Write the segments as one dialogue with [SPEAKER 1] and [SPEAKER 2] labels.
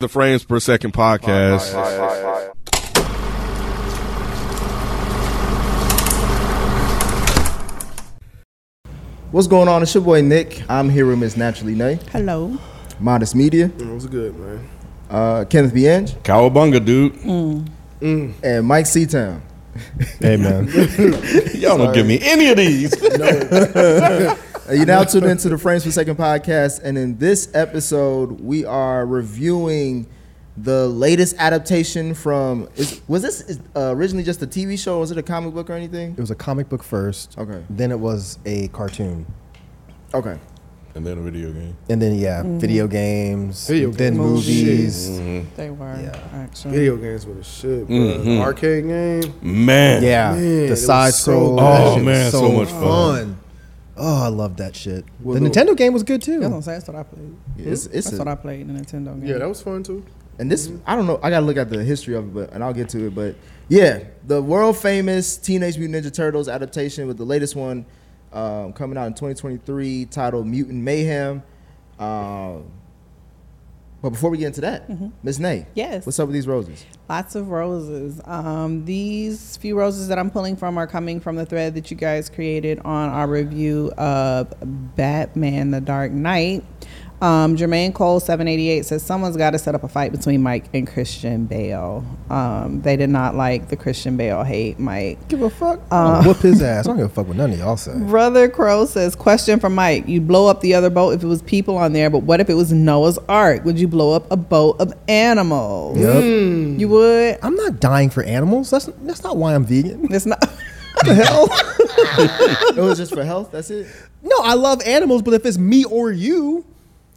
[SPEAKER 1] The Frames Per Second podcast.
[SPEAKER 2] What's going on? It's your boy Nick. I'm here with Miss Naturally Nay,
[SPEAKER 3] Hello.
[SPEAKER 2] Modest Media,
[SPEAKER 4] It was Mm, good, man.
[SPEAKER 2] uh, Kenneth Bienge,
[SPEAKER 1] Cowabunga, dude.
[SPEAKER 2] and Mike Seatown.
[SPEAKER 4] Hey, man.
[SPEAKER 1] Y'all don't give me any of these.
[SPEAKER 2] Uh, You're now tuned into the Frames Per Second podcast, and in this episode, we are reviewing the latest adaptation from. Is, was this is, uh, originally just a TV show? Was it a comic book or anything?
[SPEAKER 4] it was a comic book first.
[SPEAKER 2] Okay.
[SPEAKER 4] Then it was a cartoon.
[SPEAKER 2] Okay.
[SPEAKER 1] and then a video game.
[SPEAKER 4] And then, yeah,
[SPEAKER 3] Mm-hmm.
[SPEAKER 4] video games.
[SPEAKER 5] Video
[SPEAKER 4] then
[SPEAKER 5] games. Oh,
[SPEAKER 4] movies.
[SPEAKER 3] They were actually.
[SPEAKER 5] Video games were the shit, bro. Arcade game.
[SPEAKER 1] Man.
[SPEAKER 4] Yeah.
[SPEAKER 5] Man, it
[SPEAKER 4] the
[SPEAKER 5] was
[SPEAKER 4] side scroll.
[SPEAKER 5] so good.
[SPEAKER 4] That
[SPEAKER 1] Oh,
[SPEAKER 4] shit was
[SPEAKER 1] man, so much fun.
[SPEAKER 4] Oh, I love that shit.
[SPEAKER 2] Well,
[SPEAKER 4] the
[SPEAKER 2] look-
[SPEAKER 4] Nintendo game was good, too.
[SPEAKER 3] That's what I'm saying. That's what I played.
[SPEAKER 2] It's, it's
[SPEAKER 3] That's
[SPEAKER 2] a-
[SPEAKER 3] what I played in the Nintendo game.
[SPEAKER 5] Yeah, that was fun too.
[SPEAKER 2] and this I don't know. I gotta look at the history of it, but and I'll get to it. But yeah, the world famous Teenage Mutant Ninja Turtles adaptation with the latest one um, coming out in 2023, titled Mutant Mayhem. Um, but before we get into that, Miss Nay,
[SPEAKER 3] Yes.
[SPEAKER 2] what's up with these roses?
[SPEAKER 3] Lots of roses. Um, these few roses that I'm pulling from are coming from the thread that you guys created on our review of Batman The Dark Knight. Um, Jermaine Cole 788 says someone's got to set up a fight between Mike and Christian Bale. Um, they did not like the Christian Bale hate Mike.
[SPEAKER 4] Give a fuck.
[SPEAKER 3] Uh.
[SPEAKER 4] I'll whoop his ass. I don't give a fuck what none of y'all say.
[SPEAKER 3] Brother Crow says, question for Mike. You'd blow up the other boat if it was people on there, but what if it was Noah's Ark? Would you blow up a boat of animals?
[SPEAKER 4] Yup.
[SPEAKER 3] You would?
[SPEAKER 4] I'm not dying for animals. That's that's not why I'm vegan.
[SPEAKER 3] It's not.
[SPEAKER 4] the hell?
[SPEAKER 2] it was just for health. That's it.
[SPEAKER 4] No, I love animals, but if it's me or you,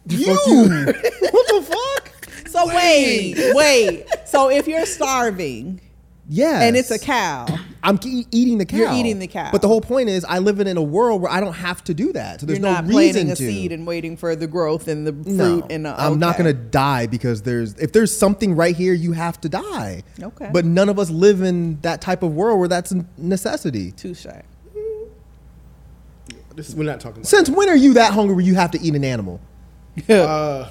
[SPEAKER 4] you, what the fuck?
[SPEAKER 3] So wait, wait. So if you're starving
[SPEAKER 4] Yeah,
[SPEAKER 3] and it's a cow,
[SPEAKER 4] I'm e- eating the cow.
[SPEAKER 3] You're eating the cow.
[SPEAKER 4] But the whole point is, I live in, in a world where I don't have to do that. So there's
[SPEAKER 3] you're
[SPEAKER 4] no
[SPEAKER 3] not
[SPEAKER 4] reason
[SPEAKER 3] planting a
[SPEAKER 4] to.
[SPEAKER 3] seed and waiting for the growth and the fruit
[SPEAKER 4] no,
[SPEAKER 3] and the.
[SPEAKER 4] I'm not
[SPEAKER 3] okay.
[SPEAKER 4] gonna die because there's if there's something right here, you have to die.
[SPEAKER 3] Okay.
[SPEAKER 4] But none of us live in that type of world where that's a necessity.
[SPEAKER 3] Touche.
[SPEAKER 5] This we're not talking about.
[SPEAKER 4] Since when are you that hungry where you have to eat an animal?
[SPEAKER 5] uh,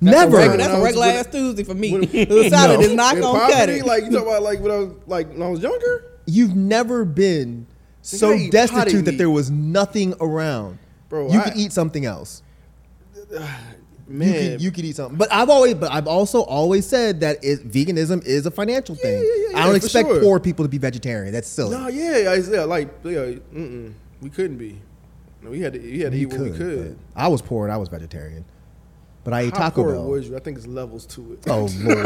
[SPEAKER 4] Never.
[SPEAKER 5] Right.
[SPEAKER 3] Regular- that's
[SPEAKER 5] When I
[SPEAKER 3] a
[SPEAKER 5] was
[SPEAKER 3] regular
[SPEAKER 5] with-
[SPEAKER 3] ass Tuesday for me.
[SPEAKER 5] when-
[SPEAKER 3] the salad is not
[SPEAKER 5] in
[SPEAKER 3] gonna cut
[SPEAKER 5] poverty,
[SPEAKER 3] it.
[SPEAKER 5] like you talk about, like when I was like when I was younger,
[SPEAKER 4] You've never been so
[SPEAKER 5] I eat potted
[SPEAKER 4] destitute that
[SPEAKER 5] meat.
[SPEAKER 4] there was nothing around.
[SPEAKER 5] Bro,
[SPEAKER 4] you
[SPEAKER 5] I-
[SPEAKER 4] could eat something else. You
[SPEAKER 5] man.
[SPEAKER 4] could, you could eat something, but I've always, but I've also always said that it, veganism is a financial thing.
[SPEAKER 5] yeah, yeah,
[SPEAKER 4] I don't
[SPEAKER 5] for
[SPEAKER 4] expect
[SPEAKER 5] sure.
[SPEAKER 4] poor people to be vegetarian. That's silly.
[SPEAKER 5] no, yeah, I, yeah, like yeah, mm-mm, we couldn't be. No, we had to, we had to
[SPEAKER 4] You
[SPEAKER 5] eat what we could.
[SPEAKER 4] but I was poor and I was vegetarian, but I ate
[SPEAKER 5] How
[SPEAKER 4] Taco
[SPEAKER 5] poor
[SPEAKER 4] Bell.
[SPEAKER 5] was you? I think it's levels to it.
[SPEAKER 4] Oh lord,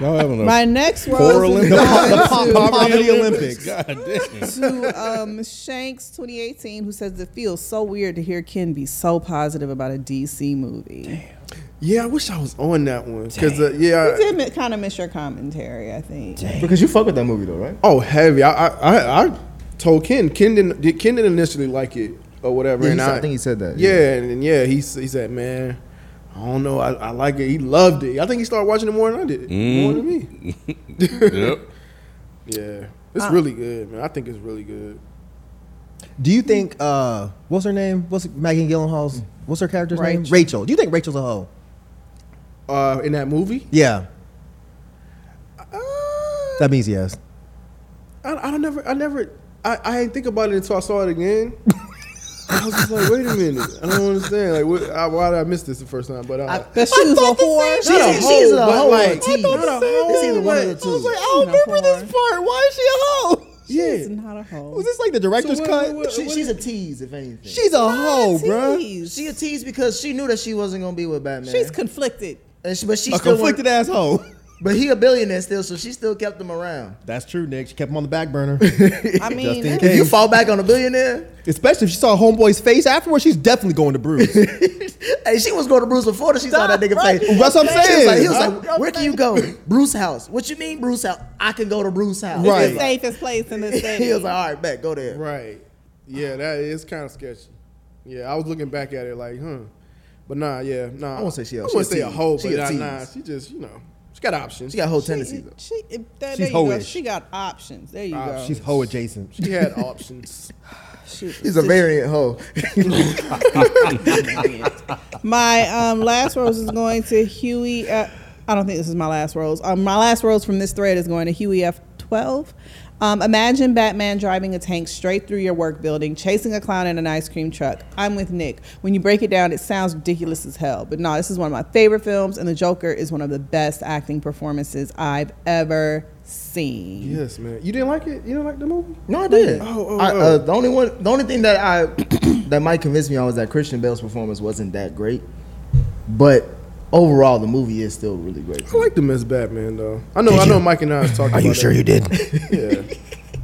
[SPEAKER 1] Y'all having a
[SPEAKER 3] My next
[SPEAKER 1] quarreling
[SPEAKER 3] rose
[SPEAKER 4] the,
[SPEAKER 3] is
[SPEAKER 4] po- the po- poverty Olympics.
[SPEAKER 1] God damn.
[SPEAKER 3] to um, Shanks 2018, who says it feels so weird to hear Ken be so positive about a DC movie.
[SPEAKER 5] Yeah, I wish I was on that one because uh, yeah,
[SPEAKER 3] I did kind of miss your commentary, I think.
[SPEAKER 2] Because you fuck with that movie though, right?
[SPEAKER 5] Oh, heavy! I I, I, I told Ken. Ken didn't. did- Ken didn't initially like it or whatever.
[SPEAKER 2] Yeah, he
[SPEAKER 5] and
[SPEAKER 2] said- I think he said that,
[SPEAKER 5] Yeah,
[SPEAKER 2] yeah.
[SPEAKER 5] and, and yeah, he s- he said, man, I don't know. I, I like it. He loved it. I think he started watching it more than I did. More than me.
[SPEAKER 1] Yep.
[SPEAKER 5] Yeah, it's really good, man. I think it's really good.
[SPEAKER 4] Do you think uh, what's her name? What's Maggie Gyllenhaal's? What's her character's name?
[SPEAKER 3] Rachel.
[SPEAKER 4] Rachel. Do you think Rachel's a hoe?
[SPEAKER 5] Uh, in that movie,
[SPEAKER 4] Yeah,
[SPEAKER 5] uh,
[SPEAKER 4] that means yes.
[SPEAKER 5] I, I don't never. I never. I, I didn't think about it until I saw it again. I was just like, wait a minute. I don't understand. Like, what, I, why did I miss this the first time? But uh, I,
[SPEAKER 3] I, but she was a whore.
[SPEAKER 2] She's a, she's a
[SPEAKER 5] but
[SPEAKER 2] whole
[SPEAKER 5] like-
[SPEAKER 2] like, team.
[SPEAKER 5] Not a hoe,
[SPEAKER 2] It's either one of the
[SPEAKER 5] but-
[SPEAKER 2] two.
[SPEAKER 4] I
[SPEAKER 3] don't remember this
[SPEAKER 4] part. Why is she a hoe?
[SPEAKER 5] yeah.
[SPEAKER 3] She's not a hoe.
[SPEAKER 4] Was this like the director's
[SPEAKER 5] So what-
[SPEAKER 4] cut?
[SPEAKER 5] what-
[SPEAKER 2] She- she's a tease, if anything.
[SPEAKER 4] She's a hoe, bruh.
[SPEAKER 3] Jeez.
[SPEAKER 2] she a tease because she knew that she wasn't gonna be with Batman.
[SPEAKER 3] She's conflicted.
[SPEAKER 2] and she, but she
[SPEAKER 4] A
[SPEAKER 2] still wanted-
[SPEAKER 4] conflicted asshole.
[SPEAKER 2] But he a billionaire still, so she still kept him around.
[SPEAKER 4] That's true, Nick. She kept him on the back burner.
[SPEAKER 3] I mean,
[SPEAKER 4] Just in
[SPEAKER 3] that-
[SPEAKER 4] case.
[SPEAKER 2] If you fall back on a billionaire,
[SPEAKER 4] Especially if she saw Homeboy's face afterwards, she's definitely going to Bruce.
[SPEAKER 2] hey, she was going to Bruce before that she saw that
[SPEAKER 3] Stop,
[SPEAKER 2] nigga
[SPEAKER 3] right?
[SPEAKER 2] face.
[SPEAKER 4] That's what I'm
[SPEAKER 2] She was like,
[SPEAKER 4] saying.
[SPEAKER 2] he was like, where can you go? Bruce house. What you mean, Bruce house? I can go to Bruce house.
[SPEAKER 4] Right.
[SPEAKER 3] the safest place in the city.
[SPEAKER 2] He was like, all right, bet, go there.
[SPEAKER 5] Right. Yeah, that is kind of sketchy. Yeah, I was looking back at it like, huh. But nah, yeah, nah.
[SPEAKER 2] I won't say she a-
[SPEAKER 5] I
[SPEAKER 2] she
[SPEAKER 5] wouldn't
[SPEAKER 2] a
[SPEAKER 5] say a
[SPEAKER 2] tease.
[SPEAKER 5] hoe,
[SPEAKER 2] She
[SPEAKER 5] but
[SPEAKER 2] a
[SPEAKER 5] nah,
[SPEAKER 2] tease.
[SPEAKER 5] nah, she just, you know, She got options.
[SPEAKER 2] She got whole
[SPEAKER 3] She-
[SPEAKER 2] tendencies. though.
[SPEAKER 3] She, there, there
[SPEAKER 4] She's
[SPEAKER 3] you go.
[SPEAKER 4] hoe-ish.
[SPEAKER 3] She got options. There you go.
[SPEAKER 4] She's hoe adjacent.
[SPEAKER 5] She had options.
[SPEAKER 3] She-
[SPEAKER 2] She's a variant hoe.
[SPEAKER 3] My um, last rose is going to Huey. Uh, I don't think this is my last rose. Um, my last rose from this thread is going to Huey F12. Um, imagine Batman driving a tank straight through your work building, chasing a clown in an ice cream truck. I'm with Nick. When you break it down, it sounds ridiculous as hell. But no, this is one of my favorite films, and The Joker is one of the best acting performances I've ever seen.
[SPEAKER 5] Yes, man. You didn't like it? You didn't like the movie?
[SPEAKER 2] No, I did.
[SPEAKER 5] Oh, oh,
[SPEAKER 2] I,
[SPEAKER 5] oh.
[SPEAKER 2] uh, the only one, the only thing that I that might convince me on was that Christian Bale's performance wasn't that great, but overall the movie is still really great.
[SPEAKER 5] I like the Miss Batman though. I know. I know. Mike and I was talking. about that.
[SPEAKER 4] did?
[SPEAKER 5] Yeah.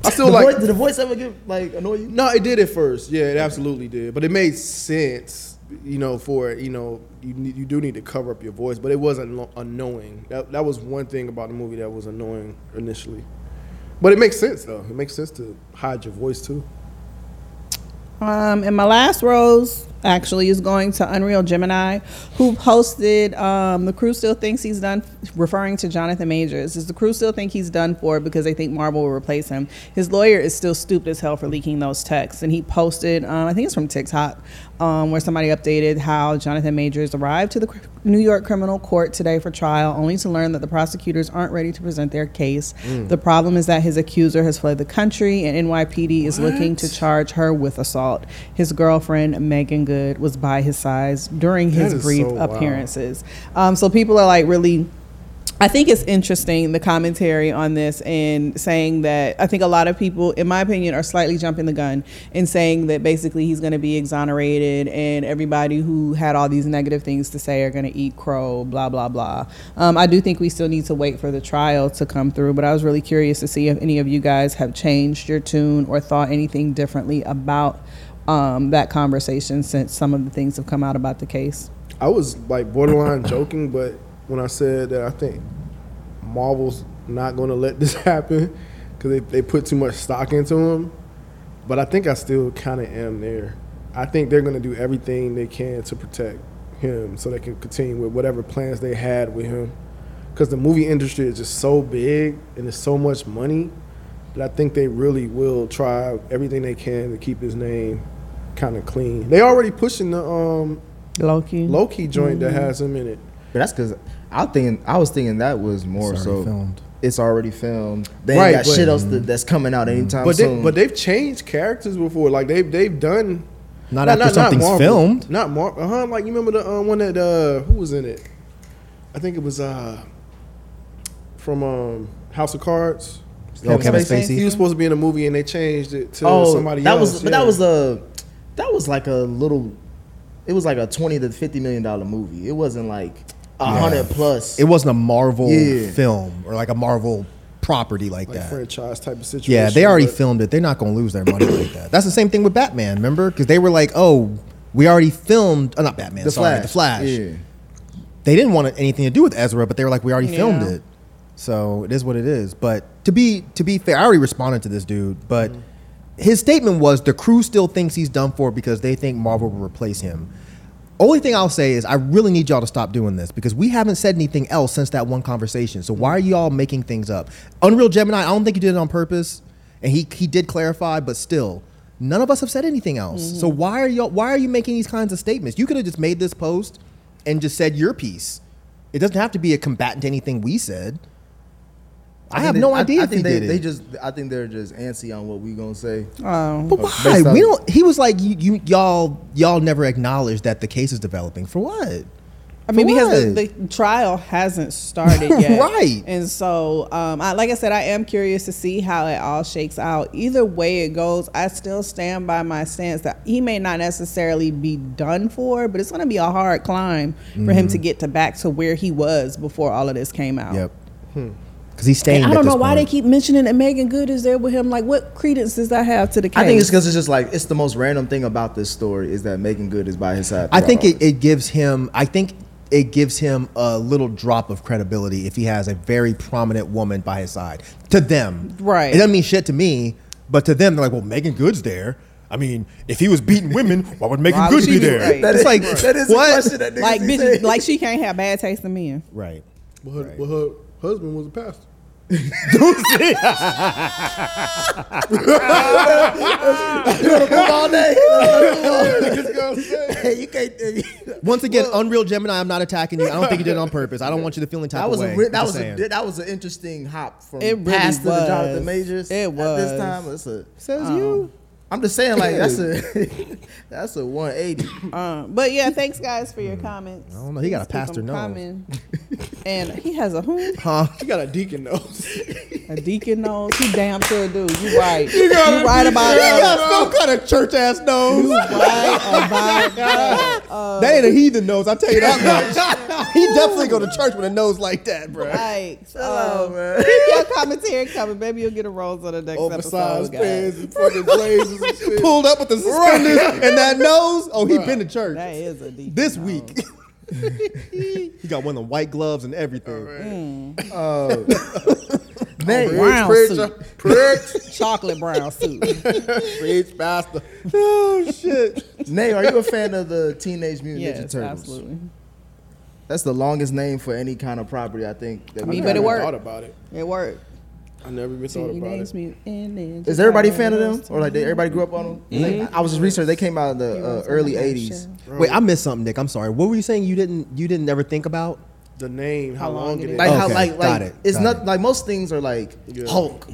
[SPEAKER 5] I still
[SPEAKER 2] The
[SPEAKER 5] like.
[SPEAKER 2] voice, did the voice ever get like annoy you?
[SPEAKER 5] No, it did at first. Yeah, it absolutely did. But it made sense, you know, for you know, you need, you do need to cover up your voice, but it wasn't anno- annoying. That that was one thing about the movie that was annoying initially. But it makes sense though. It makes sense to hide your voice too.
[SPEAKER 3] Um, and my last rose actually is going to Unreal Gemini, who posted um, the crew still thinks he's done, referring to Jonathan Majors. Is the crew still think he's done for because they think Marvel will replace him? His lawyer is still stupid as hell for leaking those texts. And he posted, um, I think it's from TikTok, um, where somebody updated how Jonathan Majors arrived to the cr- New York criminal court today for trial, only to learn that the prosecutors aren't ready to present their case.
[SPEAKER 5] Mm.
[SPEAKER 3] The problem is that his accuser has fled the country, and NYPD is looking to charge her with assault. His girlfriend, Megan Good, was by his side during his
[SPEAKER 5] is
[SPEAKER 3] brief
[SPEAKER 5] so wild.
[SPEAKER 3] appearances. Um, so people are like really. I think it's interesting the commentary on this and saying that I think a lot of people, in my opinion, are slightly jumping the gun and saying that basically he's going to be exonerated and everybody who had all these negative things to say are going to eat crow, blah, blah, blah. Um, I do think we still need to wait for the trial to come through, but I was really curious to see if any of you guys have changed your tune or thought anything differently about um, that conversation since some of the things have come out about the case.
[SPEAKER 5] I was like borderline joking, but when I said that I think Marvel's not going to let this happen because they, they put too much stock into him, but I think I still kind of am there. I think they're going to do everything they can to protect him so they can continue with whatever plans they had with him because the movie industry is just so big and there's so much money that I think they really will try everything they can to keep his name kind of clean. They already pushing the um,
[SPEAKER 3] Loki.
[SPEAKER 5] Loki joint that has him in it.
[SPEAKER 2] But that's because I thinking I was thinking that was more
[SPEAKER 4] It's already
[SPEAKER 2] so
[SPEAKER 4] filmed.
[SPEAKER 2] it's already filmed. They
[SPEAKER 5] Right,
[SPEAKER 2] ain't got
[SPEAKER 5] but-
[SPEAKER 2] shit else that, that's coming out anytime
[SPEAKER 5] But
[SPEAKER 2] soon.
[SPEAKER 5] they, but they've changed characters before. Like they've they've done.
[SPEAKER 4] Not after something's
[SPEAKER 5] Marvel.
[SPEAKER 4] filmed.
[SPEAKER 5] Not Marvel. Uh-huh, like you remember the uh, one that uh, who was in it? I think it was uh, from um, House of Cards.
[SPEAKER 4] Oh, Kevin
[SPEAKER 2] Spacey?
[SPEAKER 4] Spacey.
[SPEAKER 5] He was supposed to be in a movie and they changed it to
[SPEAKER 2] oh,
[SPEAKER 5] somebody
[SPEAKER 2] that
[SPEAKER 5] else.
[SPEAKER 2] was but
[SPEAKER 5] yeah.
[SPEAKER 2] that was a that was like a little. It was like a twenty to fifty million dollar movie. It wasn't like a hundred plus.
[SPEAKER 4] It wasn't a Marvel
[SPEAKER 2] Yeah.
[SPEAKER 4] film or like a Marvel property like,
[SPEAKER 5] like
[SPEAKER 4] that.
[SPEAKER 5] franchise type of situation.
[SPEAKER 4] Yeah, they already
[SPEAKER 5] but-
[SPEAKER 4] filmed it. They're not going to lose their money like that. That's the same thing with Batman, remember? Because they were like, oh, we already filmed, oh, not Batman,
[SPEAKER 2] the
[SPEAKER 4] sorry,
[SPEAKER 2] Flash.
[SPEAKER 4] The Flash.
[SPEAKER 2] Yeah.
[SPEAKER 4] They didn't want anything to do with Ezra, but they were like, we already filmed
[SPEAKER 3] Yeah.
[SPEAKER 4] it. So it is what it is. But to be to be fair, I already responded to this dude, but his statement was the crew still thinks he's done for because they think Marvel will replace him. Only thing I'll say is I really need y'all to stop doing this because we haven't said anything else since that one conversation. So why are y'all making things up? Unreal Gemini, I don't think you did it on purpose, and he he did clarify, but still, none of us have said anything else. So why are y'all why are you making these kinds of statements? You could have just made this post and just said your piece. It doesn't have to be a combatant to anything we said. I,
[SPEAKER 2] think
[SPEAKER 4] have
[SPEAKER 2] they-
[SPEAKER 4] no idea
[SPEAKER 2] I,
[SPEAKER 4] if
[SPEAKER 2] think
[SPEAKER 4] he
[SPEAKER 2] they,
[SPEAKER 4] did it.
[SPEAKER 2] they just. I think they're just antsy on what we gonna say.
[SPEAKER 3] Oh.
[SPEAKER 4] But
[SPEAKER 2] Based
[SPEAKER 4] why?
[SPEAKER 2] on-
[SPEAKER 4] We don't. He was like, you, you, y'all, y'all never acknowledged that the case is developing. For what?
[SPEAKER 3] I mean,
[SPEAKER 4] For
[SPEAKER 3] because
[SPEAKER 4] what?
[SPEAKER 3] the, the trial hasn't started yet,
[SPEAKER 4] Right.
[SPEAKER 3] And so, um, I, like I said, I am curious to see how it all shakes out. Either way it goes, I still stand by my stance that he may not necessarily be done for, but it's going to be a hard climb for him to get to back to where he was before all of this came
[SPEAKER 2] Oh.
[SPEAKER 3] out.
[SPEAKER 4] Mm-hmm. Yep.
[SPEAKER 2] Hmm.
[SPEAKER 4] Because he's staying.
[SPEAKER 3] And I
[SPEAKER 4] at
[SPEAKER 3] don't
[SPEAKER 4] this
[SPEAKER 3] know why they
[SPEAKER 4] point.
[SPEAKER 3] keep mentioning that Megan Good is there with him. Like, what credence does that have to the case?
[SPEAKER 2] I think it's because it's just like it's the most random thing about this story is that Megan Good is by his side.
[SPEAKER 4] I think
[SPEAKER 2] throughout
[SPEAKER 4] it, it gives him. I think it gives him a little drop of credibility if he has a very prominent woman by his side. To them,
[SPEAKER 3] Right.
[SPEAKER 4] It doesn't mean shit to me, but to them, they're like, well, Megan Good's there. I mean, if he was beating women, why would Megan
[SPEAKER 3] Why would
[SPEAKER 4] Good
[SPEAKER 3] she
[SPEAKER 4] be
[SPEAKER 3] be
[SPEAKER 4] there?
[SPEAKER 3] right? That
[SPEAKER 4] it's like
[SPEAKER 2] all this. that is
[SPEAKER 4] what?
[SPEAKER 2] a question that niggas
[SPEAKER 3] like,
[SPEAKER 2] be
[SPEAKER 3] bitches,
[SPEAKER 2] saying.
[SPEAKER 3] like she can't have bad taste in men.
[SPEAKER 4] Right.
[SPEAKER 5] But her,
[SPEAKER 4] Right.
[SPEAKER 5] but her husband was a pastor.
[SPEAKER 2] all day.
[SPEAKER 5] Just gotta say.
[SPEAKER 2] you can't.
[SPEAKER 4] Once again, Unreal Gemini, I'm not attacking you. I don't think you did it on purpose. I don't want you to feel any type
[SPEAKER 2] That was
[SPEAKER 4] of way.
[SPEAKER 2] a re- that
[SPEAKER 4] Just
[SPEAKER 2] was
[SPEAKER 4] saying.
[SPEAKER 2] a, that was an interesting hop from
[SPEAKER 3] It really
[SPEAKER 2] Pastor to
[SPEAKER 3] was.
[SPEAKER 2] Jonathan Majors.
[SPEAKER 3] It
[SPEAKER 2] at
[SPEAKER 3] was.
[SPEAKER 2] this time. It's a. uh-uh.
[SPEAKER 4] says you.
[SPEAKER 2] I'm just saying like that's a that's a 180.
[SPEAKER 3] Um, but yeah, thanks guys for your comments.
[SPEAKER 4] I don't know. He got a
[SPEAKER 3] Please keep
[SPEAKER 4] pastor
[SPEAKER 3] them
[SPEAKER 4] nose.
[SPEAKER 3] coming. and he has a who?
[SPEAKER 4] Huh?
[SPEAKER 5] You got a deacon nose.
[SPEAKER 3] A deacon nose. He damn sure do. You right. You, right about that.
[SPEAKER 4] got some kind of church ass nose.
[SPEAKER 3] Right about that.
[SPEAKER 4] oh that ain't a heathen nose. I tell you that much. he definitely go to church with a nose like that, bro.
[SPEAKER 3] Right.
[SPEAKER 2] Oh
[SPEAKER 3] So
[SPEAKER 2] man.
[SPEAKER 3] keep your commentary coming. Maybe you'll get a rose on the next
[SPEAKER 5] Oversized
[SPEAKER 3] episode, guys.
[SPEAKER 5] pants and fucking blazers and shit.
[SPEAKER 4] Pulled up with the suspenders and that nose. Oh, he been to church
[SPEAKER 3] That is a deacon.
[SPEAKER 4] this
[SPEAKER 3] nose.
[SPEAKER 4] week. he got one of the white gloves and everything.
[SPEAKER 2] Man,
[SPEAKER 3] Brown
[SPEAKER 5] Preacher,
[SPEAKER 3] suit.
[SPEAKER 5] preach,
[SPEAKER 3] Chocolate brown suit.
[SPEAKER 5] preach, pastor.
[SPEAKER 4] Oh shit.
[SPEAKER 2] Nay, are you a fan of the Teenage Mutant Ninja
[SPEAKER 3] yes,
[SPEAKER 2] Turtles?
[SPEAKER 3] absolutely.
[SPEAKER 2] That's the longest name for any kind of property, I think. That
[SPEAKER 3] I mean,
[SPEAKER 2] we've
[SPEAKER 3] but it
[SPEAKER 2] had.
[SPEAKER 5] Never
[SPEAKER 3] worked.
[SPEAKER 5] Thought about it.
[SPEAKER 3] It worked.
[SPEAKER 5] I never even thought about
[SPEAKER 3] Teenage
[SPEAKER 5] it.
[SPEAKER 3] Mutant Ninja
[SPEAKER 2] Is everybody a fan of them,
[SPEAKER 3] Turtles.
[SPEAKER 2] or like they, everybody grew up on them? Like, I was just researching; they came out in the uh,
[SPEAKER 3] Heroes Mm-hmm. in
[SPEAKER 2] early
[SPEAKER 3] a
[SPEAKER 2] '80s.
[SPEAKER 3] nutshell.
[SPEAKER 4] Wait, I missed something, Nick. I'm sorry. What were you saying? You didn't. You didn't ever think about.
[SPEAKER 5] The name, how,
[SPEAKER 3] How
[SPEAKER 5] long,
[SPEAKER 3] long
[SPEAKER 5] it
[SPEAKER 3] it
[SPEAKER 5] is.
[SPEAKER 2] Like how,
[SPEAKER 4] Okay,
[SPEAKER 2] like, like
[SPEAKER 4] got it,
[SPEAKER 2] it's
[SPEAKER 4] got
[SPEAKER 2] not
[SPEAKER 4] it.
[SPEAKER 2] like most things are like
[SPEAKER 5] Yeah.
[SPEAKER 2] Hulk,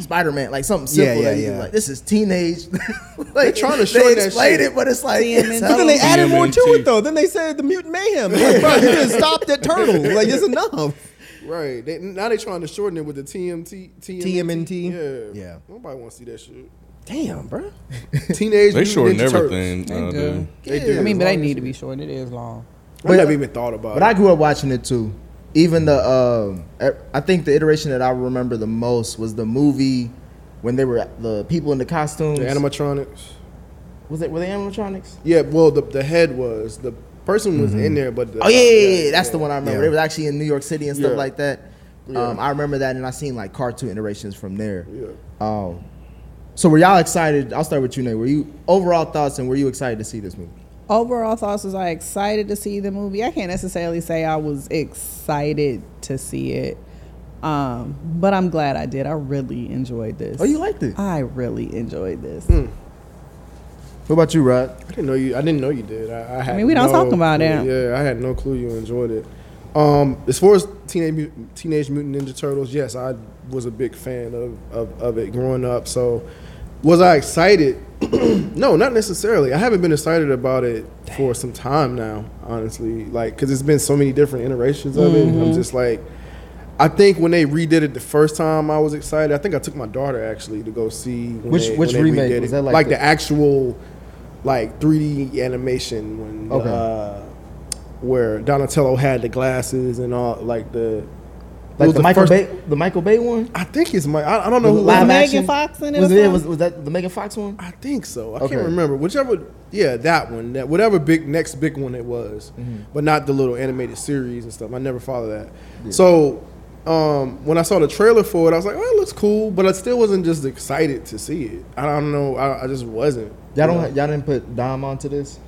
[SPEAKER 2] Spider Man, like something
[SPEAKER 4] Yeah,
[SPEAKER 2] simple.
[SPEAKER 4] yeah,
[SPEAKER 2] that you
[SPEAKER 4] yeah.
[SPEAKER 2] Like this is teenage. like, They're
[SPEAKER 5] trying to shorten that
[SPEAKER 2] explain
[SPEAKER 5] shit.
[SPEAKER 2] it, but it's like
[SPEAKER 3] TMNT.
[SPEAKER 2] it's
[SPEAKER 3] But
[SPEAKER 4] But then they
[SPEAKER 2] hella-
[SPEAKER 4] added more to
[SPEAKER 1] TMNT.
[SPEAKER 4] it though. Then they said the mutant mayhem. Like, bro, you just stopped at turtle. Like it's enough.
[SPEAKER 5] Right. They, now they trying to shorten it with the TMT.
[SPEAKER 4] TMNT?
[SPEAKER 5] Yeah.
[SPEAKER 4] Yeah.
[SPEAKER 5] Nobody want to see that shit.
[SPEAKER 4] Damn, bro.
[SPEAKER 5] Teenage
[SPEAKER 1] They
[SPEAKER 5] Mutant
[SPEAKER 1] shorten
[SPEAKER 5] Ninja Turtles.
[SPEAKER 1] everything. uh,
[SPEAKER 3] They
[SPEAKER 1] nowadays.
[SPEAKER 3] do.
[SPEAKER 5] They do.
[SPEAKER 3] I mean, but
[SPEAKER 5] As
[SPEAKER 3] they
[SPEAKER 5] long as
[SPEAKER 3] need to
[SPEAKER 5] it-
[SPEAKER 3] be short. It is long.
[SPEAKER 5] I never even thought about
[SPEAKER 2] But
[SPEAKER 5] it.
[SPEAKER 2] I grew up watching it too. Even the, um, I think the iteration that I remember the most was the movie when they were the people in the costumes.
[SPEAKER 5] the animatronics.
[SPEAKER 2] was it were they animatronics?
[SPEAKER 5] Yeah. Well, the the head was the person was in there, but the,
[SPEAKER 2] Oh yeah, yeah, yeah, that's the one I remember.
[SPEAKER 4] Yeah.
[SPEAKER 2] It was actually in New York City and stuff
[SPEAKER 5] Yeah.
[SPEAKER 2] like that. Um,
[SPEAKER 5] Yeah.
[SPEAKER 2] I remember that, and I seen like cartoon iterations from there.
[SPEAKER 5] Yeah.
[SPEAKER 2] Um, so were y'all excited? I'll start with you, Nate. Were you overall thoughts, and were you excited to see this movie?
[SPEAKER 3] Overall thoughts was I excited to see the movie. I can't necessarily say I was excited to see it, um, but I'm glad I did. I really enjoyed this.
[SPEAKER 2] Oh, you liked it.
[SPEAKER 3] I really enjoyed this.
[SPEAKER 2] What about you, Rod?
[SPEAKER 5] I didn't know you. I didn't know you did. I, I, had
[SPEAKER 3] mean, we don't
[SPEAKER 5] no
[SPEAKER 3] talk about
[SPEAKER 5] clue.
[SPEAKER 3] it.
[SPEAKER 5] Yeah, I had no clue you enjoyed it. Um, as far as teenage Mut- teenage mutant ninja turtles, yes, I was a big fan of of, of it growing up. So, was I excited? no, not necessarily. I haven't been excited about it for some time now, honestly. Like, cause it's been so many different iterations of it. I'm just like, I think when they redid it the first time, I was excited. I think I took my daughter actually to go see when
[SPEAKER 2] Which-
[SPEAKER 5] they-
[SPEAKER 2] which
[SPEAKER 5] when they
[SPEAKER 2] remake?
[SPEAKER 5] redid
[SPEAKER 2] Was
[SPEAKER 5] it.
[SPEAKER 2] that like
[SPEAKER 5] like
[SPEAKER 2] the-
[SPEAKER 5] the actual like 3D animation when the,
[SPEAKER 2] Okay.
[SPEAKER 5] uh, where Donatello had the glasses and all like the it
[SPEAKER 2] Like
[SPEAKER 5] was
[SPEAKER 2] the, Michael
[SPEAKER 5] first-
[SPEAKER 2] Bay, the Michael Bay one.
[SPEAKER 5] I think it's my I, I don't know who
[SPEAKER 2] Was it live
[SPEAKER 3] Was Megan
[SPEAKER 2] action?
[SPEAKER 3] Fox in it
[SPEAKER 2] Was,
[SPEAKER 3] or
[SPEAKER 2] it
[SPEAKER 3] something?
[SPEAKER 2] was, was that the Megan Fox one?
[SPEAKER 5] I think so. I
[SPEAKER 2] Okay.
[SPEAKER 5] can't remember whichever yeah that one that whatever big next big one it was, but not the little animated series and stuff. I never followed that. So. Um, when I saw the trailer for it, I was like, "Oh, it looks cool," but I still wasn't just excited to see it. I don't know. I, I just wasn't.
[SPEAKER 2] Y'all don't. Y'all didn't put Dom onto this.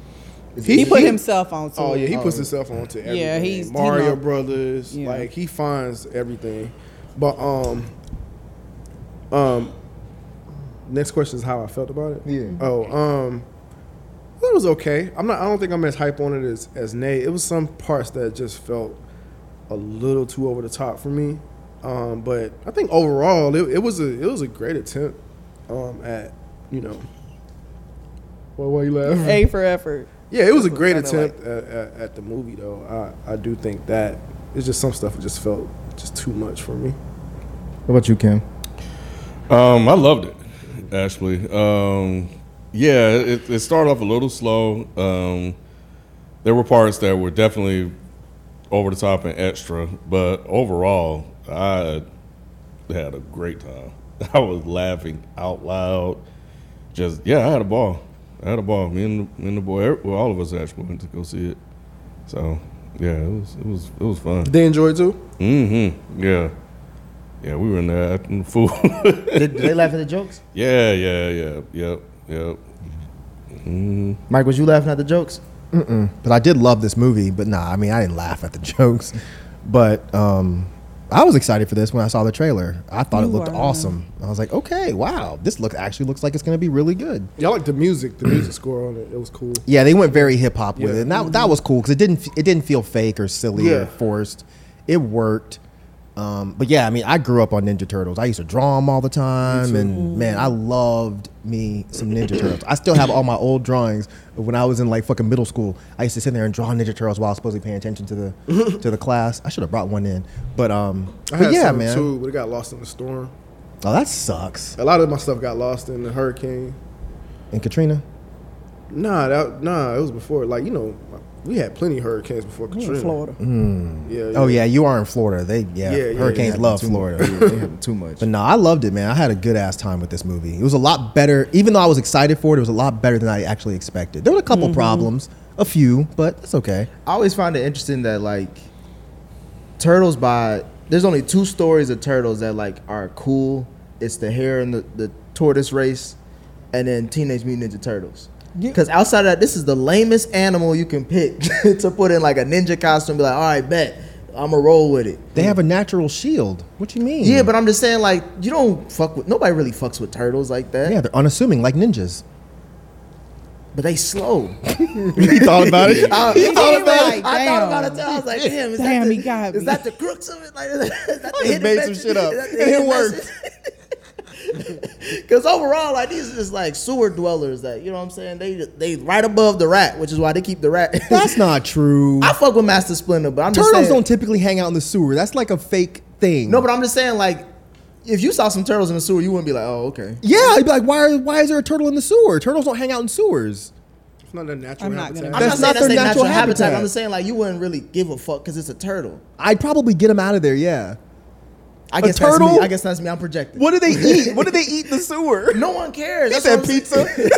[SPEAKER 2] Is
[SPEAKER 5] He-
[SPEAKER 3] He put
[SPEAKER 5] he-
[SPEAKER 3] himself on. to
[SPEAKER 5] Oh
[SPEAKER 3] it.
[SPEAKER 5] yeah, he puts himself on to everything.
[SPEAKER 3] um, Yeah, he's- he
[SPEAKER 5] Mario
[SPEAKER 3] know-
[SPEAKER 5] Brothers.
[SPEAKER 3] Yeah.
[SPEAKER 5] Like he finds everything. But um, um, next question is how I felt about it.
[SPEAKER 2] Yeah.
[SPEAKER 5] Oh um, it was okay. I'm not. I don't think I'm as hype on it as as Nate. It was some parts that just felt a little too over the top for me. Um, but I think overall, it, it was a it was a great attempt um, at you know. Why why you laughing?
[SPEAKER 3] A for effort.
[SPEAKER 5] Yeah, it was a great
[SPEAKER 3] kinda like-
[SPEAKER 5] attempt at, at, at the movie, though. I, I do think that it's just some stuff that just felt just too much for me.
[SPEAKER 2] What about you, Kim?
[SPEAKER 1] Um, I loved it, actually. Um, yeah, it, it started off a little slow. Um, there were parts that were definitely over the top and extra, but overall, I had a great time. I was laughing out loud. Just yeah, I had a ball. I had a ball. Me and, me and the boy, er- well, all of us actually went to go see it. So yeah, it was it was it was fun.
[SPEAKER 5] They enjoyed too.
[SPEAKER 1] Mm-hmm. Yeah, yeah, we were in there acting a fool.
[SPEAKER 2] Did, did they laugh at the jokes?
[SPEAKER 1] Yeah, yeah, yeah, yep, yep. Mm,
[SPEAKER 2] Mike, was you laughing at the jokes?
[SPEAKER 4] But I did love this movie. But nah, I mean, I didn't laugh at the jokes. But um, I was excited for this when I saw the trailer. I thought it
[SPEAKER 3] You
[SPEAKER 4] looked
[SPEAKER 3] are.
[SPEAKER 4] awesome. I was like, okay, wow, this look actually looks like it's going to be really good.
[SPEAKER 5] Y'all like the music, the music score on it. It was cool.
[SPEAKER 4] Yeah, they went very hip hop with
[SPEAKER 5] Yeah.
[SPEAKER 4] it, and that, that was cool because it didn't it didn't feel fake or silly
[SPEAKER 5] Yeah.
[SPEAKER 4] or forced. It worked. Um, but yeah, I mean, I grew up on Ninja Turtles. I used to draw them all the time, and man, I loved me some Ninja Turtles. I still have all my old drawings of when I was in like fucking middle school. I used to sit there and draw Ninja Turtles while I was supposed to be paying attention to the to the class. I should have brought one in, but um,
[SPEAKER 5] I
[SPEAKER 4] but
[SPEAKER 5] had
[SPEAKER 4] yeah,
[SPEAKER 5] some
[SPEAKER 4] man.
[SPEAKER 5] too, but it got lost in the storm.
[SPEAKER 4] Oh, that sucks.
[SPEAKER 5] A lot of my stuff got lost in the hurricane.
[SPEAKER 4] And Katrina,
[SPEAKER 5] Nah, that nah, it was before. Like you know, we had plenty of hurricanes before Katrina.
[SPEAKER 3] Florida.
[SPEAKER 5] Yeah.
[SPEAKER 4] oh yeah, you are in Florida. They yeah,
[SPEAKER 5] Yeah, yeah, yeah.
[SPEAKER 4] hurricanes love
[SPEAKER 2] Too-
[SPEAKER 4] Florida.
[SPEAKER 2] yeah, they have too much.
[SPEAKER 4] But no, I loved it, man. I had a good ass time with this movie. It was a lot better, even though I was excited for it. It was a lot better than I actually expected. There were a couple problems, a few, but that's okay.
[SPEAKER 2] I always find it interesting that like turtles by there's only two stories of turtles that like are cool. It's the hare and the, the tortoise race, and then Teenage Mutant Ninja Turtles.
[SPEAKER 3] Yeah.
[SPEAKER 2] Because outside of that, this is the lamest animal you can pick to put in like a ninja costume. Be like, all right, bet I'm going to roll with it.
[SPEAKER 4] They have a natural shield. What you mean?
[SPEAKER 2] Yeah, but I'm just saying like you don't fuck with nobody really fucks with turtles like that.
[SPEAKER 4] yeah, they're unassuming like ninjas.
[SPEAKER 2] but they slow.
[SPEAKER 4] he thought about it.
[SPEAKER 2] I, I
[SPEAKER 3] You
[SPEAKER 2] thought
[SPEAKER 3] were
[SPEAKER 2] about
[SPEAKER 3] like,
[SPEAKER 2] it. I thought about it
[SPEAKER 3] damn.
[SPEAKER 2] too. I was like, damn, is
[SPEAKER 3] Damn,
[SPEAKER 2] that the,
[SPEAKER 3] he got
[SPEAKER 2] is
[SPEAKER 3] me.
[SPEAKER 2] that the crooks of it? Like, is that the
[SPEAKER 4] just
[SPEAKER 2] hidden
[SPEAKER 4] made some
[SPEAKER 2] message?
[SPEAKER 4] shit up.
[SPEAKER 2] Is that the
[SPEAKER 4] And it
[SPEAKER 2] hidden
[SPEAKER 4] worked.
[SPEAKER 2] message? Cause overall, like these are just like sewer dwellers that you know what I'm saying. They they right above the rat, which is why they keep the rat.
[SPEAKER 4] That's not true.
[SPEAKER 2] I fuck with Master Splinter, but I'm just
[SPEAKER 4] Turtles
[SPEAKER 2] saying,
[SPEAKER 4] don't typically hang out in the sewer. That's like a fake thing.
[SPEAKER 2] No, but I'm just saying like. If you saw some turtles in the sewer, you wouldn't be like, "Oh, okay."
[SPEAKER 4] yeah, I'd be like, why? Are, why is there a turtle in the sewer? Turtles don't hang out in sewers.
[SPEAKER 5] It's not a natural
[SPEAKER 3] I'm not
[SPEAKER 5] habitat.
[SPEAKER 3] gonna-
[SPEAKER 2] I'm not
[SPEAKER 4] That's
[SPEAKER 2] saying that's
[SPEAKER 4] not
[SPEAKER 2] their
[SPEAKER 4] their
[SPEAKER 2] natural,
[SPEAKER 4] natural
[SPEAKER 2] habitat.
[SPEAKER 4] habitat.
[SPEAKER 2] I'm just saying like you wouldn't really give a fuck because it's a turtle.
[SPEAKER 4] I'd probably get them out of there. Yeah.
[SPEAKER 2] I guess That's
[SPEAKER 4] turtle?
[SPEAKER 2] me. I guess that's me. I'm projecting.
[SPEAKER 4] What do they eat? what do they eat in the sewer?
[SPEAKER 2] No one cares.
[SPEAKER 4] He
[SPEAKER 2] That's
[SPEAKER 4] said
[SPEAKER 2] what I'm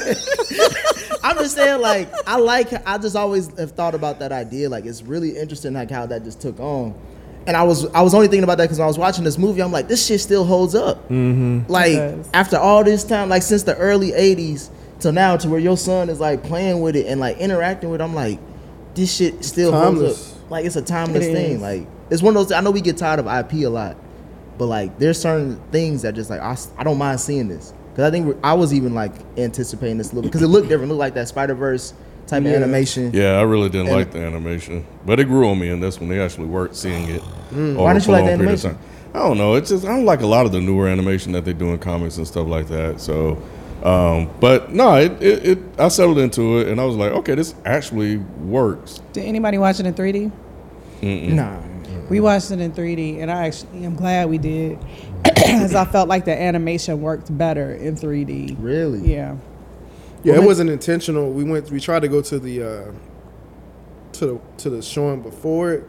[SPEAKER 2] saying. I'm just saying, like, I like. I just always have thought about that idea. Like, it's really interesting, like how that just took on. And I was, I was only thinking about that because when I was watching this movie, I'm like, this shit still holds up.
[SPEAKER 4] Mm-hmm.
[SPEAKER 2] Like,
[SPEAKER 3] It does.
[SPEAKER 2] after all this time, like since the early '80s till now, to where your son is like playing with it and like interacting with. It, I'm like, this shit still
[SPEAKER 5] timeless.
[SPEAKER 2] holds up. Like, it's a timeless
[SPEAKER 3] It
[SPEAKER 2] thing.
[SPEAKER 3] is.
[SPEAKER 2] Like, it's one of those. I know we get tired of IP a lot, but like there's certain things that just like I, s- I don't mind seeing this because I think we're- I was even like anticipating this a little because it looked different, looked like that Spider Verse type of animation.
[SPEAKER 1] Yeah, I really didn't
[SPEAKER 2] And-
[SPEAKER 1] like the animation, but it grew on me, and that's when they actually worked seeing it. over
[SPEAKER 2] Why
[SPEAKER 1] a
[SPEAKER 2] didn't you like
[SPEAKER 1] prolonged
[SPEAKER 2] the
[SPEAKER 1] period of
[SPEAKER 2] animation?
[SPEAKER 1] time. I don't know. It's just I don't like a lot of the newer animation that they do in comics and stuff like that. So, um, but no, it, it, it I settled into it, and I was like, okay, this actually works.
[SPEAKER 3] Did anybody watch it in 3D?
[SPEAKER 2] Nah,
[SPEAKER 3] We watched it in 3D, and I actually am glad we did, because I felt like the animation worked better in 3D.
[SPEAKER 2] really?
[SPEAKER 3] Yeah.
[SPEAKER 5] Yeah, it wasn't intentional. We went. We tried to go to the uh, to the to the showing before it,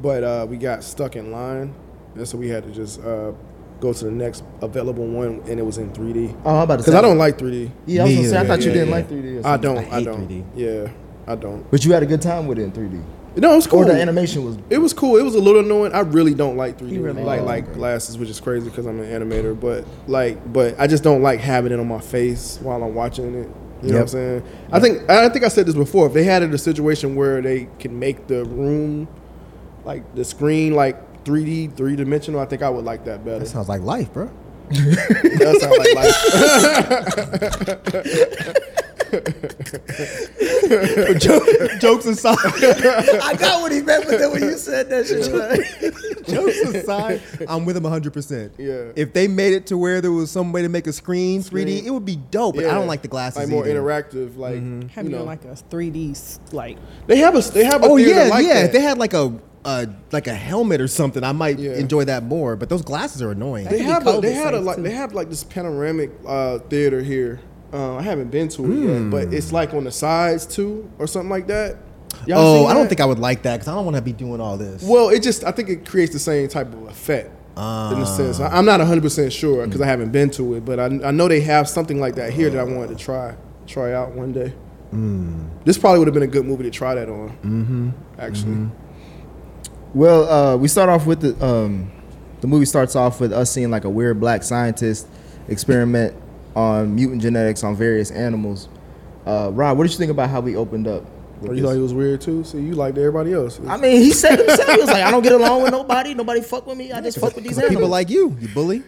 [SPEAKER 5] but uh, we got stuck in line, and so we had to just uh, go to the next available one, and it was in 3D.
[SPEAKER 2] Oh, I'm about to
[SPEAKER 5] Because
[SPEAKER 2] say
[SPEAKER 5] I don't like 3D.
[SPEAKER 2] Yeah, I was
[SPEAKER 4] Me
[SPEAKER 2] gonna say I
[SPEAKER 4] either,
[SPEAKER 2] thought you
[SPEAKER 5] yeah,
[SPEAKER 2] didn't
[SPEAKER 5] yeah.
[SPEAKER 2] like 3D. Or
[SPEAKER 5] I
[SPEAKER 2] something.
[SPEAKER 5] don't. I,
[SPEAKER 4] hate
[SPEAKER 5] don't.
[SPEAKER 4] 3D.
[SPEAKER 5] Yeah, I don't.
[SPEAKER 2] But you had a good time with it in 3D,
[SPEAKER 5] No, it was cool.
[SPEAKER 2] or the animation was.
[SPEAKER 5] It was cool. It was a little annoying. I really don't like 3D
[SPEAKER 3] You really
[SPEAKER 5] like
[SPEAKER 3] don't.
[SPEAKER 5] like glasses, which is crazy because I'm an animator. But like, but I just don't like having it on my face while I'm watching it. You know what I'm
[SPEAKER 4] Yep.
[SPEAKER 5] saying? I think I think I said this before. If they had it a situation where they can make the room, like the screen, like 3D, three dimensional, I think I would like that better.
[SPEAKER 4] That sounds like life, bro.
[SPEAKER 5] that sounds like life.
[SPEAKER 4] Jokes aside.
[SPEAKER 2] I got what he meant with that when you said that shit.
[SPEAKER 4] Jokes aside, I'm with him 100%.
[SPEAKER 5] Yeah.
[SPEAKER 4] If they made it to where there was some way to make a screen 3D,
[SPEAKER 5] Screen.
[SPEAKER 4] it would be dope, but I
[SPEAKER 5] Yeah.
[SPEAKER 4] don't like the glasses.
[SPEAKER 5] Like more
[SPEAKER 4] either. Mm-hmm.
[SPEAKER 5] interactive. Like
[SPEAKER 3] Have
[SPEAKER 5] you
[SPEAKER 3] you
[SPEAKER 5] know,
[SPEAKER 3] like a 3D like?
[SPEAKER 5] they have a they have a
[SPEAKER 4] Oh, yeah,
[SPEAKER 5] theater like
[SPEAKER 4] yeah.
[SPEAKER 5] that.
[SPEAKER 4] If they had like a, a like a helmet or something, I might
[SPEAKER 5] Yeah.
[SPEAKER 4] enjoy that more, but those glasses are annoying.
[SPEAKER 5] they
[SPEAKER 3] could be
[SPEAKER 5] have a,
[SPEAKER 3] COVID
[SPEAKER 5] they had a
[SPEAKER 3] safe,
[SPEAKER 5] like
[SPEAKER 3] too.
[SPEAKER 5] they have like this panoramic uh, theater here. Uh, I haven't been to it yet, but it's like on the sides too, or something like that. Y'all
[SPEAKER 4] oh,
[SPEAKER 5] seen
[SPEAKER 4] I
[SPEAKER 5] that?
[SPEAKER 4] don't think I would like that because I don't want to be doing all this.
[SPEAKER 5] Well, it just I think it creates the same type of effect in a sense. I, I'm not 100 percent sure because I haven't been to it, but I, I know they have something like that here that I wanted to try try out one day. This probably would have been a good movie to try that on. Mm-hmm. Actually,
[SPEAKER 2] Well, uh, we start off with the um, the movie starts off with us seeing like a weird black scientist experiment on mutant genetics on various animals. Uh, Rob, what did you think about how we opened up
[SPEAKER 5] Or you thought he was weird too? See, you liked everybody else.
[SPEAKER 2] I mean, he said himself. He was like, I don't get along with nobody. Nobody fuck with me. I just fuck with these
[SPEAKER 4] People
[SPEAKER 2] animals.
[SPEAKER 4] like you, you bully.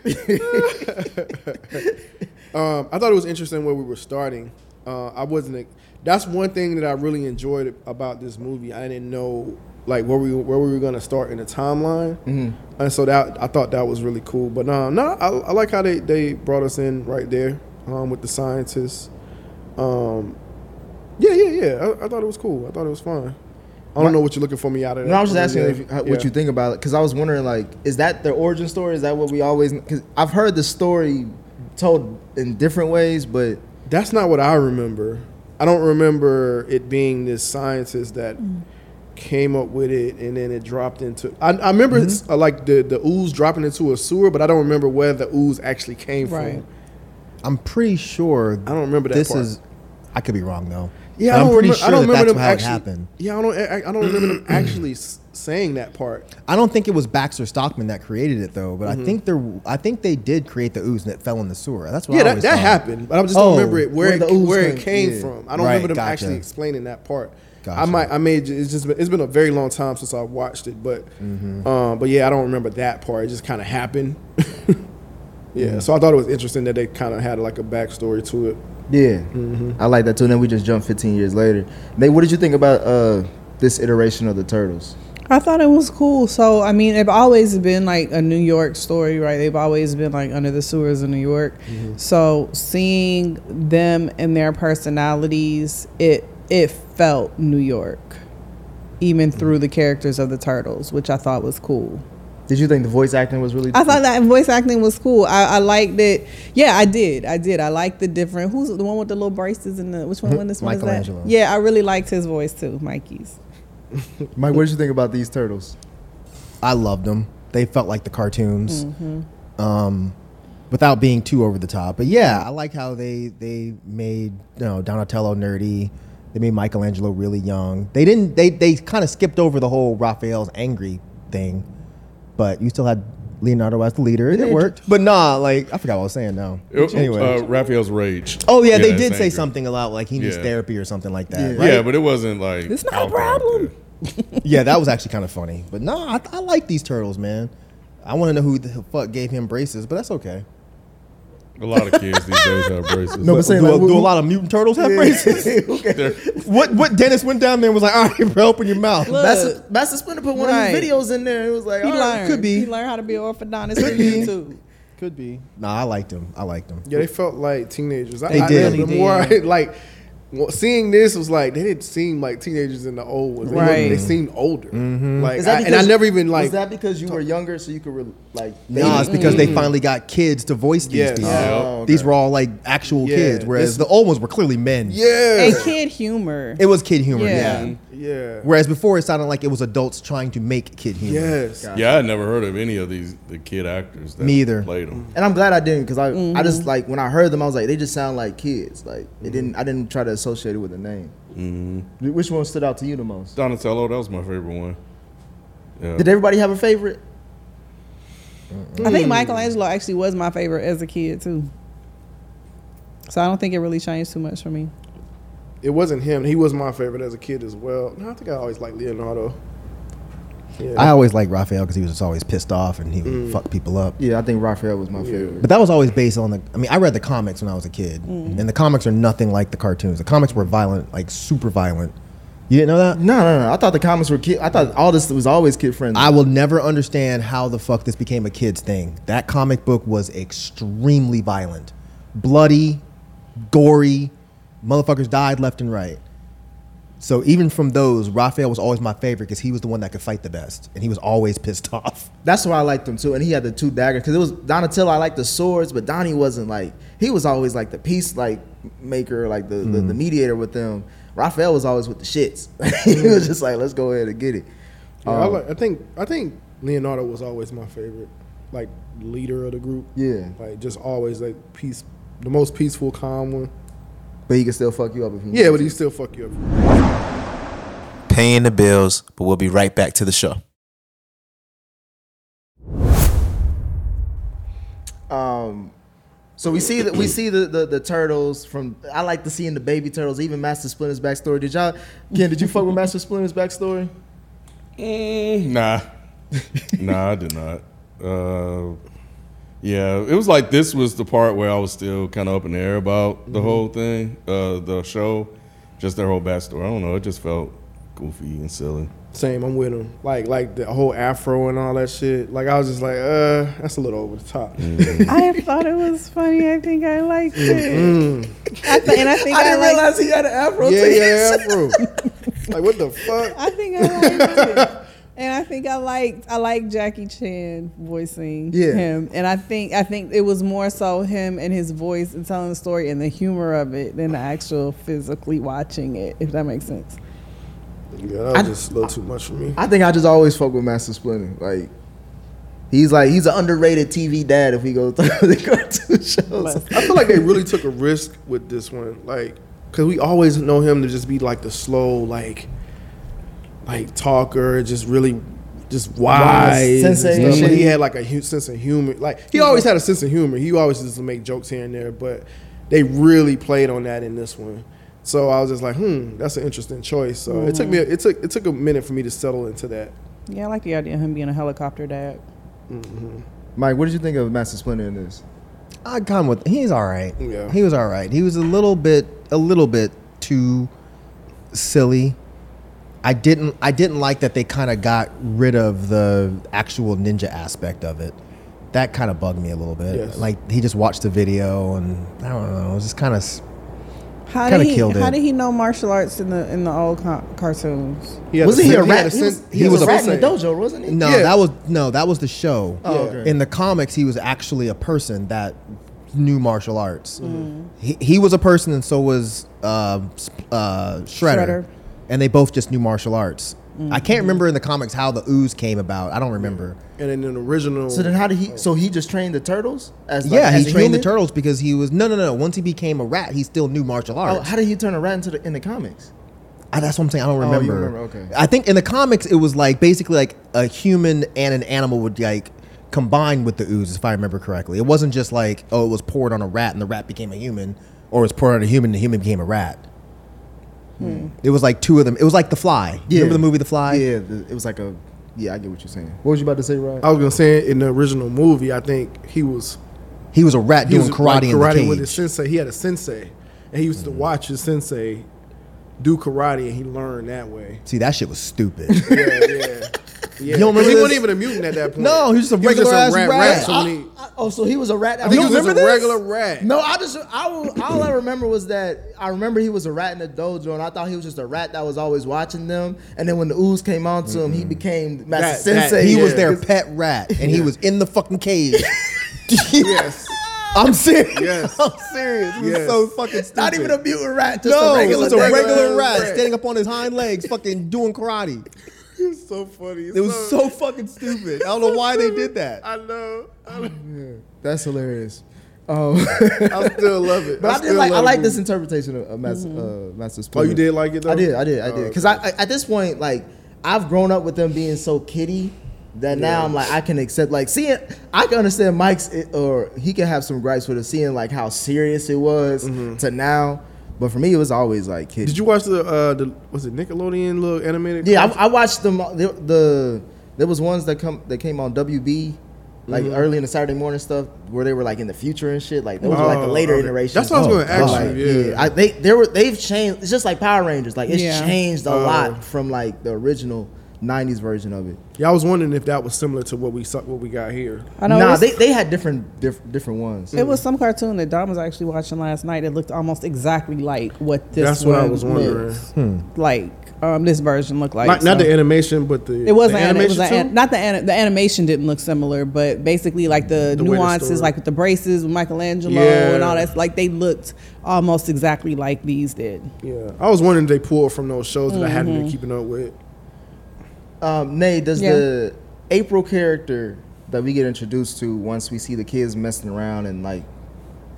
[SPEAKER 5] Um, I thought it was interesting where we were starting. Uh, I wasn't. That's one thing that I really enjoyed about this movie. I didn't know like where we where we were gonna start in the timeline,
[SPEAKER 2] Mm-hmm.
[SPEAKER 5] and so that I thought that was really cool. But no, no, I, I like how they they brought us in right there um, with the scientists. Um, yeah, yeah, yeah. I, I thought it was cool. I thought it was fun. I don't know what you're looking for me out of that.
[SPEAKER 2] No, I was just asking
[SPEAKER 5] Yeah.
[SPEAKER 2] if, how- what
[SPEAKER 5] Yeah.
[SPEAKER 2] you think about it because I was wondering, like, is that their origin story? Is that what we always? Because I've heard the story told in different ways, but
[SPEAKER 5] That's not what I remember. I don't remember it being this scientist that came up with it and then it dropped into. I, I remember it's, uh, like the, the ooze dropping into a sewer, but I don't remember where the ooze actually came
[SPEAKER 3] Right.
[SPEAKER 5] from.
[SPEAKER 4] I'm pretty sure.
[SPEAKER 5] I don't remember that
[SPEAKER 4] This
[SPEAKER 5] part.
[SPEAKER 4] is. I could be wrong though.
[SPEAKER 5] Yeah,
[SPEAKER 4] But
[SPEAKER 5] I
[SPEAKER 4] I'm
[SPEAKER 5] don't
[SPEAKER 4] pretty
[SPEAKER 5] remember,
[SPEAKER 4] sure
[SPEAKER 5] I don't
[SPEAKER 4] that that's
[SPEAKER 5] remember them
[SPEAKER 4] how
[SPEAKER 5] actually,
[SPEAKER 4] it happened.
[SPEAKER 5] Yeah, I don't. I, I don't remember them actually s- saying that part.
[SPEAKER 4] I don't think it was Baxter Stockman that created it though, but
[SPEAKER 5] Mm-hmm.
[SPEAKER 4] I think there. I think they did create the ooze and it fell in the sewer. That's what.
[SPEAKER 5] yeah,
[SPEAKER 4] I
[SPEAKER 5] that,
[SPEAKER 4] always
[SPEAKER 5] that
[SPEAKER 4] thought.
[SPEAKER 5] happened, but I just
[SPEAKER 4] Oh,
[SPEAKER 5] don't remember it where
[SPEAKER 2] where
[SPEAKER 5] it,
[SPEAKER 2] the ooze
[SPEAKER 5] where it
[SPEAKER 2] came-
[SPEAKER 5] came
[SPEAKER 2] yeah.
[SPEAKER 5] from. I don't
[SPEAKER 4] Right,
[SPEAKER 5] remember them
[SPEAKER 4] gotcha.
[SPEAKER 5] actually explaining that part. I
[SPEAKER 4] Gotcha.
[SPEAKER 5] might, I made it's just been, it's been a very long time since I watched it, but um, but yeah, I don't remember that part. It just kind of happened. yeah, so I thought it was interesting that they kind of had like a backstory to it.
[SPEAKER 2] yeah, I like that too. And then we just jumped 15 years later. Nate, what did you think about uh, this iteration of the turtles?
[SPEAKER 3] I thought it was cool. So I mean, it's always been like a New York story, right? They've always been like under the sewers in New York.
[SPEAKER 4] Mm-hmm.
[SPEAKER 3] So seeing them and their personalities, it it felt New York, even
[SPEAKER 4] Mm-hmm.
[SPEAKER 3] through the characters of the turtles, which I thought was cool.
[SPEAKER 2] Did you think the voice acting was really?
[SPEAKER 3] I thought that voice acting was cool. I, I liked it. Yeah, I did. I did. I liked the different. Who's the one with the little braces and the which one? When this one is that?
[SPEAKER 4] Michelangelo.
[SPEAKER 3] Yeah, I really liked his voice too, Mikey's.
[SPEAKER 2] Mike, what did you think about these turtles?
[SPEAKER 4] I loved them. They felt like the cartoons,
[SPEAKER 5] Mm-hmm.
[SPEAKER 4] um, without being too over the top. But yeah, I like how they they made you know Donatello nerdy. They made Michelangelo really young. They didn't. They they kind of skipped over the whole Raphael's angry thing, but you still had Leonardo as the leader, and it worked. But nah, like I forgot what I was saying now. Anyway.
[SPEAKER 1] Uh, Raphael's rage.
[SPEAKER 4] Oh yeah, they
[SPEAKER 1] it's
[SPEAKER 4] did say
[SPEAKER 1] anger.
[SPEAKER 4] something about like he needs
[SPEAKER 1] Yeah.
[SPEAKER 4] therapy or something like that.
[SPEAKER 2] Yeah.
[SPEAKER 4] right?
[SPEAKER 1] Yeah, but it wasn't like
[SPEAKER 3] It's not a
[SPEAKER 1] out there, out
[SPEAKER 3] problem.
[SPEAKER 1] there.
[SPEAKER 4] yeah, that was actually kind of funny. But no, I, I like these turtles, man. I want to know who the fuck gave him braces, but that's okay.
[SPEAKER 1] A lot of kids these days have braces.
[SPEAKER 2] No, but saying
[SPEAKER 4] do,
[SPEAKER 2] like,
[SPEAKER 4] a, do
[SPEAKER 2] who-
[SPEAKER 4] a lot of mutant turtles have braces?
[SPEAKER 1] They're-
[SPEAKER 4] what what Dennis went down there and was like, all right, bro, open your mouth.
[SPEAKER 3] Look.
[SPEAKER 2] Master, Master Splinter put one
[SPEAKER 3] Right.
[SPEAKER 2] of his videos in there. and It was like,
[SPEAKER 3] He
[SPEAKER 2] all right,
[SPEAKER 3] learned.
[SPEAKER 4] Uh, could be.
[SPEAKER 3] He learned how to be an orthodontist through YouTube.
[SPEAKER 2] could be.
[SPEAKER 4] Nah, I liked him. I liked him.
[SPEAKER 5] Yeah, they felt like teenagers. I,
[SPEAKER 4] They
[SPEAKER 5] I
[SPEAKER 4] did.
[SPEAKER 5] The
[SPEAKER 3] They
[SPEAKER 5] more I,
[SPEAKER 3] did.
[SPEAKER 5] like well, seeing this was like they didn't seem like teenagers in the old ones. They looked-
[SPEAKER 3] Right.
[SPEAKER 5] they seemed older. Like,
[SPEAKER 2] Is that
[SPEAKER 5] I- and
[SPEAKER 2] because-
[SPEAKER 5] I never even
[SPEAKER 2] Was
[SPEAKER 5] like
[SPEAKER 2] that because you were younger, so you could re- like?
[SPEAKER 4] Nah, it's because they finally got kids to voice these
[SPEAKER 5] Yes.
[SPEAKER 4] things.
[SPEAKER 1] Yeah.
[SPEAKER 2] Oh,
[SPEAKER 4] These
[SPEAKER 2] okay.
[SPEAKER 4] were all like actual
[SPEAKER 5] Yeah,
[SPEAKER 4] kids, whereas
[SPEAKER 5] this-
[SPEAKER 4] the old ones were clearly men.
[SPEAKER 5] yeah,
[SPEAKER 3] And kid humor.
[SPEAKER 4] It was kid humor,
[SPEAKER 3] Yeah.
[SPEAKER 4] yeah.
[SPEAKER 5] yeah.
[SPEAKER 4] Whereas before it sounded like it was adults trying to make kid humor.
[SPEAKER 5] Yes.
[SPEAKER 1] yeah, I had never heard of any of these the kid actors that
[SPEAKER 4] Me either.
[SPEAKER 1] played them.
[SPEAKER 2] And I'm glad I didn't because I, I just like when I heard them, I was like, they just sound like kids. Like it didn't, I didn't try to associate it with a name. Mm-hmm. Wh- Which one stood out to you the most?
[SPEAKER 1] Donatello, that was my favorite one. Yeah.
[SPEAKER 2] Did everybody have a favorite?
[SPEAKER 3] I
[SPEAKER 2] Mm.
[SPEAKER 3] think Michelangelo actually was my favorite as a kid too. So I don't think it really changed too much for me.
[SPEAKER 5] It wasn't him. He was my favorite as a kid as well. No, I think I always liked Leonardo. Yeah.
[SPEAKER 4] I always liked Raphael because he was just always pissed off and he would fuck people up.
[SPEAKER 2] Yeah, I think Raphael was my favorite.
[SPEAKER 4] But that was always based on the. I mean, I read the comics when I was a kid, and the comics are nothing like the cartoons. The comics were violent, like super violent. You didn't know that?
[SPEAKER 2] No, no, no. I thought the comments were kid. I thought all this was always kid friendly.
[SPEAKER 4] I will never understand how the fuck this became a kid's thing. That comic book was extremely violent, bloody, gory. Motherfuckers died left and right. So even from those, Raphael was always my favorite because he was the one that could fight the best, and he was always pissed off.
[SPEAKER 2] That's why I liked him too. And he had the two daggers because it was Donatello. I liked the swords, but Donnie wasn't like he was always like the peace like maker, like the, the,
[SPEAKER 5] Mm-hmm.
[SPEAKER 2] the mediator with them. Raphael was always with the shits. he was just like, let's go ahead and get it.
[SPEAKER 5] Yeah, I,
[SPEAKER 2] Um,
[SPEAKER 5] like, I think I think Leonardo was always my favorite, like leader of the group.
[SPEAKER 2] Yeah.
[SPEAKER 5] like just always like peace, the most peaceful, calm one.
[SPEAKER 2] But he can still fuck you up if he
[SPEAKER 5] Yeah,
[SPEAKER 2] wants
[SPEAKER 5] but
[SPEAKER 2] to.
[SPEAKER 5] he still fuck you up.
[SPEAKER 6] paying the bills, but we'll be right back to the show.
[SPEAKER 2] um So we see that we see the, the the turtles from. I like to see in the baby turtles, even Master Splinter's backstory. Did y'all, Ken? Did you fuck with Master Splinter's backstory?
[SPEAKER 1] Mm, nah, nah, I did not. Uh, yeah, it was like this was the part where I was still kind of up in the air about the whole thing, uh, the show, just their whole backstory. I don't know. It just felt goofy and silly.
[SPEAKER 5] Same, I'm with him. Like like the whole afro and all that shit. Like I was just like, uh, that's a little over the top.
[SPEAKER 2] Mm.
[SPEAKER 3] I thought it was funny. I think I liked it. I th- and I
[SPEAKER 2] Mm-hmm.
[SPEAKER 3] think
[SPEAKER 2] I
[SPEAKER 3] I,
[SPEAKER 2] didn't
[SPEAKER 3] liked.
[SPEAKER 2] realize he had an afro.
[SPEAKER 5] yeah,
[SPEAKER 2] too.
[SPEAKER 5] yeah, afro. like what the fuck?
[SPEAKER 3] I think I liked it. And I think I liked I liked Jackie Chan voicing
[SPEAKER 2] Yeah.
[SPEAKER 3] him, and I think I think it was more so him and his voice and telling the story and the humor of it than the actual physically watching it, if that makes sense.
[SPEAKER 5] Yeah, that was just a little too much for me.
[SPEAKER 2] I think I just always fuck with Master Splinter. Like he's like he's an underrated TV dad. If we go through the cartoon shows,
[SPEAKER 5] I feel like they really took a risk with this one, like, cause we always know him to just be like the slow, like, like talker, just really, just wise. and
[SPEAKER 2] sensei Mm-hmm.
[SPEAKER 5] stuff.
[SPEAKER 2] and
[SPEAKER 5] But he
[SPEAKER 2] shit.
[SPEAKER 5] had like a hu- sense of humor. Like he always had a sense of humor. He always just make jokes here and there, but they really played on that in this one. So I was just like, hmm, that's an interesting choice. So it took me, it took it took a minute for me to settle into that.
[SPEAKER 3] Yeah, I like the idea of him being a helicopter dad.
[SPEAKER 2] Mike, what did you think of Master Splinter in this?
[SPEAKER 4] I gone with he's all right.
[SPEAKER 5] Yeah.
[SPEAKER 4] He was all right. He was a little bit a little bit too silly. I didn't I didn't like that they kind of got rid of the actual ninja aspect of it. That kind of bugged me a little bit.
[SPEAKER 5] Yes.
[SPEAKER 4] Like he just watched the video and I don't know, it was just kind of
[SPEAKER 3] How
[SPEAKER 4] Kinda
[SPEAKER 3] did he
[SPEAKER 4] killed
[SPEAKER 3] How
[SPEAKER 4] it.
[SPEAKER 3] did he know martial arts in the in the old co- cartoons?
[SPEAKER 5] He had
[SPEAKER 2] Wasn't
[SPEAKER 5] sen-
[SPEAKER 2] he a rat?
[SPEAKER 5] had
[SPEAKER 2] He
[SPEAKER 5] sen-
[SPEAKER 2] was, he
[SPEAKER 5] he
[SPEAKER 2] was a
[SPEAKER 5] had
[SPEAKER 2] rat in
[SPEAKER 5] sensei.
[SPEAKER 2] the dojo, wasn't he?
[SPEAKER 4] No,
[SPEAKER 5] Yeah.
[SPEAKER 4] that was no, that was the show.
[SPEAKER 2] Oh, okay.
[SPEAKER 4] In the comics, he was actually a person that knew martial arts.
[SPEAKER 2] Mm-hmm.
[SPEAKER 4] He, he was a person, and so was uh, s- uh, Shredder,
[SPEAKER 3] Shredder.
[SPEAKER 4] and they both just knew martial arts. I can't remember in the comics how the ooze came about. I don't remember.
[SPEAKER 5] And in an original,
[SPEAKER 2] So then, how did he? So he just trained the turtles as like,
[SPEAKER 4] yeah,
[SPEAKER 2] as
[SPEAKER 4] he
[SPEAKER 2] a
[SPEAKER 4] trained the
[SPEAKER 2] human?
[SPEAKER 4] turtles because he was no, no, no. Once he became a rat, he still knew martial
[SPEAKER 2] Oh,
[SPEAKER 4] arts.
[SPEAKER 2] how did he turn a rat into the in the comics?
[SPEAKER 4] I, that's what I'm saying. I
[SPEAKER 5] Oh,
[SPEAKER 4] don't
[SPEAKER 2] you
[SPEAKER 4] remember.
[SPEAKER 2] remember, okay.
[SPEAKER 4] I think in the comics it was like basically like a human and an animal would like combine with the ooze, if I remember correctly. It wasn't just like oh, it was poured on a rat and the rat became a human, or it was poured on a human and the human became a rat.
[SPEAKER 5] Hmm.
[SPEAKER 4] It was like two of them. It was like The Fly. You Remember the movie The Fly?
[SPEAKER 2] Yeah, the, it was like a. Yeah, I get what you're saying. What was you about to say, Rod?
[SPEAKER 5] I was gonna say in the original movie, I think he was
[SPEAKER 4] He was a rat
[SPEAKER 5] he
[SPEAKER 4] doing
[SPEAKER 5] was,
[SPEAKER 4] karate
[SPEAKER 5] like,
[SPEAKER 4] in
[SPEAKER 5] karate
[SPEAKER 4] the cage. Mm-hmm.
[SPEAKER 5] with his sensei. He had a sensei, and he used to watch his sensei do karate, and he learned that way.
[SPEAKER 4] See, that shit was stupid.
[SPEAKER 5] Yeah, yeah. yeah.
[SPEAKER 4] don't
[SPEAKER 5] 'Cause
[SPEAKER 4] remember
[SPEAKER 5] he wasn't
[SPEAKER 4] this?
[SPEAKER 5] even a mutant at that point.
[SPEAKER 4] No, he was just a regular-ass rat.
[SPEAKER 5] so when he,
[SPEAKER 2] oh, so he was a rat.
[SPEAKER 5] I think he was just a
[SPEAKER 4] this?
[SPEAKER 5] regular rat.
[SPEAKER 2] No, I just I will- all I remember was that I remember he was a rat in the dojo, and I thought he was just a rat that was always watching them. And then when the ooze came on to him, he became Master
[SPEAKER 5] That- that-
[SPEAKER 2] Sensei.
[SPEAKER 4] he was
[SPEAKER 5] Yeah.
[SPEAKER 4] their pet rat, and he was in the fucking cage.
[SPEAKER 5] Yes,
[SPEAKER 4] I'm serious.
[SPEAKER 5] Yes.
[SPEAKER 4] I'm serious. It was
[SPEAKER 5] Yes.
[SPEAKER 4] so fucking stupid.
[SPEAKER 2] not even a mutant rat, just
[SPEAKER 4] no,
[SPEAKER 2] a
[SPEAKER 4] it
[SPEAKER 2] regular.
[SPEAKER 4] was a
[SPEAKER 2] thing.
[SPEAKER 4] regular rat
[SPEAKER 5] rat.
[SPEAKER 4] standing up on his hind legs, fucking doing karate.
[SPEAKER 5] it's so funny. It's
[SPEAKER 4] It was so fucking stupid. I don't know why they did that.
[SPEAKER 5] I know. I know.
[SPEAKER 2] That's hilarious. Um, but
[SPEAKER 5] I still love it.
[SPEAKER 2] I did
[SPEAKER 5] still
[SPEAKER 2] like I
[SPEAKER 5] love
[SPEAKER 2] like
[SPEAKER 5] it.
[SPEAKER 2] this interpretation of, of Master uh, Master
[SPEAKER 5] Oh, you
[SPEAKER 2] Splinter.
[SPEAKER 5] did like it though.
[SPEAKER 2] I did, I did, I
[SPEAKER 5] Oh,
[SPEAKER 2] did. Because I, I at this point, like, I've grown up with them being so kitty that now I'm like, I can accept, like, seeing, I can understand Mike's, i- or he can have some gripes with it, seeing, like, how serious it was to now. But for me, it was always like kitty.
[SPEAKER 5] Mm-hmm. Did you watch the uh the was it Nickelodeon little animated?
[SPEAKER 2] Yeah, I, I watched them. uh, The, the there was ones that come that came on WB. Like
[SPEAKER 5] Mm-hmm.
[SPEAKER 2] early in the Saturday morning stuff, where they were like in the future and shit. Like those were like the
[SPEAKER 5] Oh,
[SPEAKER 2] later
[SPEAKER 5] okay.
[SPEAKER 2] iterations.
[SPEAKER 5] That's what I was gonna ask
[SPEAKER 2] Like,
[SPEAKER 5] you, yeah.
[SPEAKER 2] I, they they were they've changed. It's just like Power Rangers. Like it's
[SPEAKER 3] Yeah.
[SPEAKER 2] changed a
[SPEAKER 5] Oh.
[SPEAKER 2] lot from like the original '90s version of it.
[SPEAKER 5] Yeah, I was wondering if that was similar to what we saw, what we got here.
[SPEAKER 3] I know it
[SPEAKER 2] nah,
[SPEAKER 3] was-
[SPEAKER 2] they, they had different diff, different ones.
[SPEAKER 3] It was some cartoon that Dom was actually watching last night. It looked almost exactly like what this
[SPEAKER 5] That's
[SPEAKER 3] one
[SPEAKER 5] what I was wondering.
[SPEAKER 3] looks
[SPEAKER 4] Hmm.
[SPEAKER 3] like. Um, this version looked like
[SPEAKER 5] Not, not
[SPEAKER 3] so-
[SPEAKER 5] the animation, but the
[SPEAKER 3] It wasn't
[SPEAKER 5] the
[SPEAKER 3] an, it was
[SPEAKER 5] animation
[SPEAKER 3] an,
[SPEAKER 5] too?
[SPEAKER 3] not the an, the animation didn't look similar, but basically like the,
[SPEAKER 5] The way the
[SPEAKER 3] nuances,
[SPEAKER 5] story-
[SPEAKER 3] like with the braces, with Michelangelo
[SPEAKER 5] Yeah.
[SPEAKER 3] and all that, like they looked almost exactly like these did.
[SPEAKER 5] Yeah, I was wondering if they pulled from those shows that I hadn't
[SPEAKER 3] Mm-hmm.
[SPEAKER 5] been keeping up with.
[SPEAKER 2] Um, Nay, does
[SPEAKER 3] Yeah.
[SPEAKER 2] the April character that we get introduced to once we see the kids messing around and like,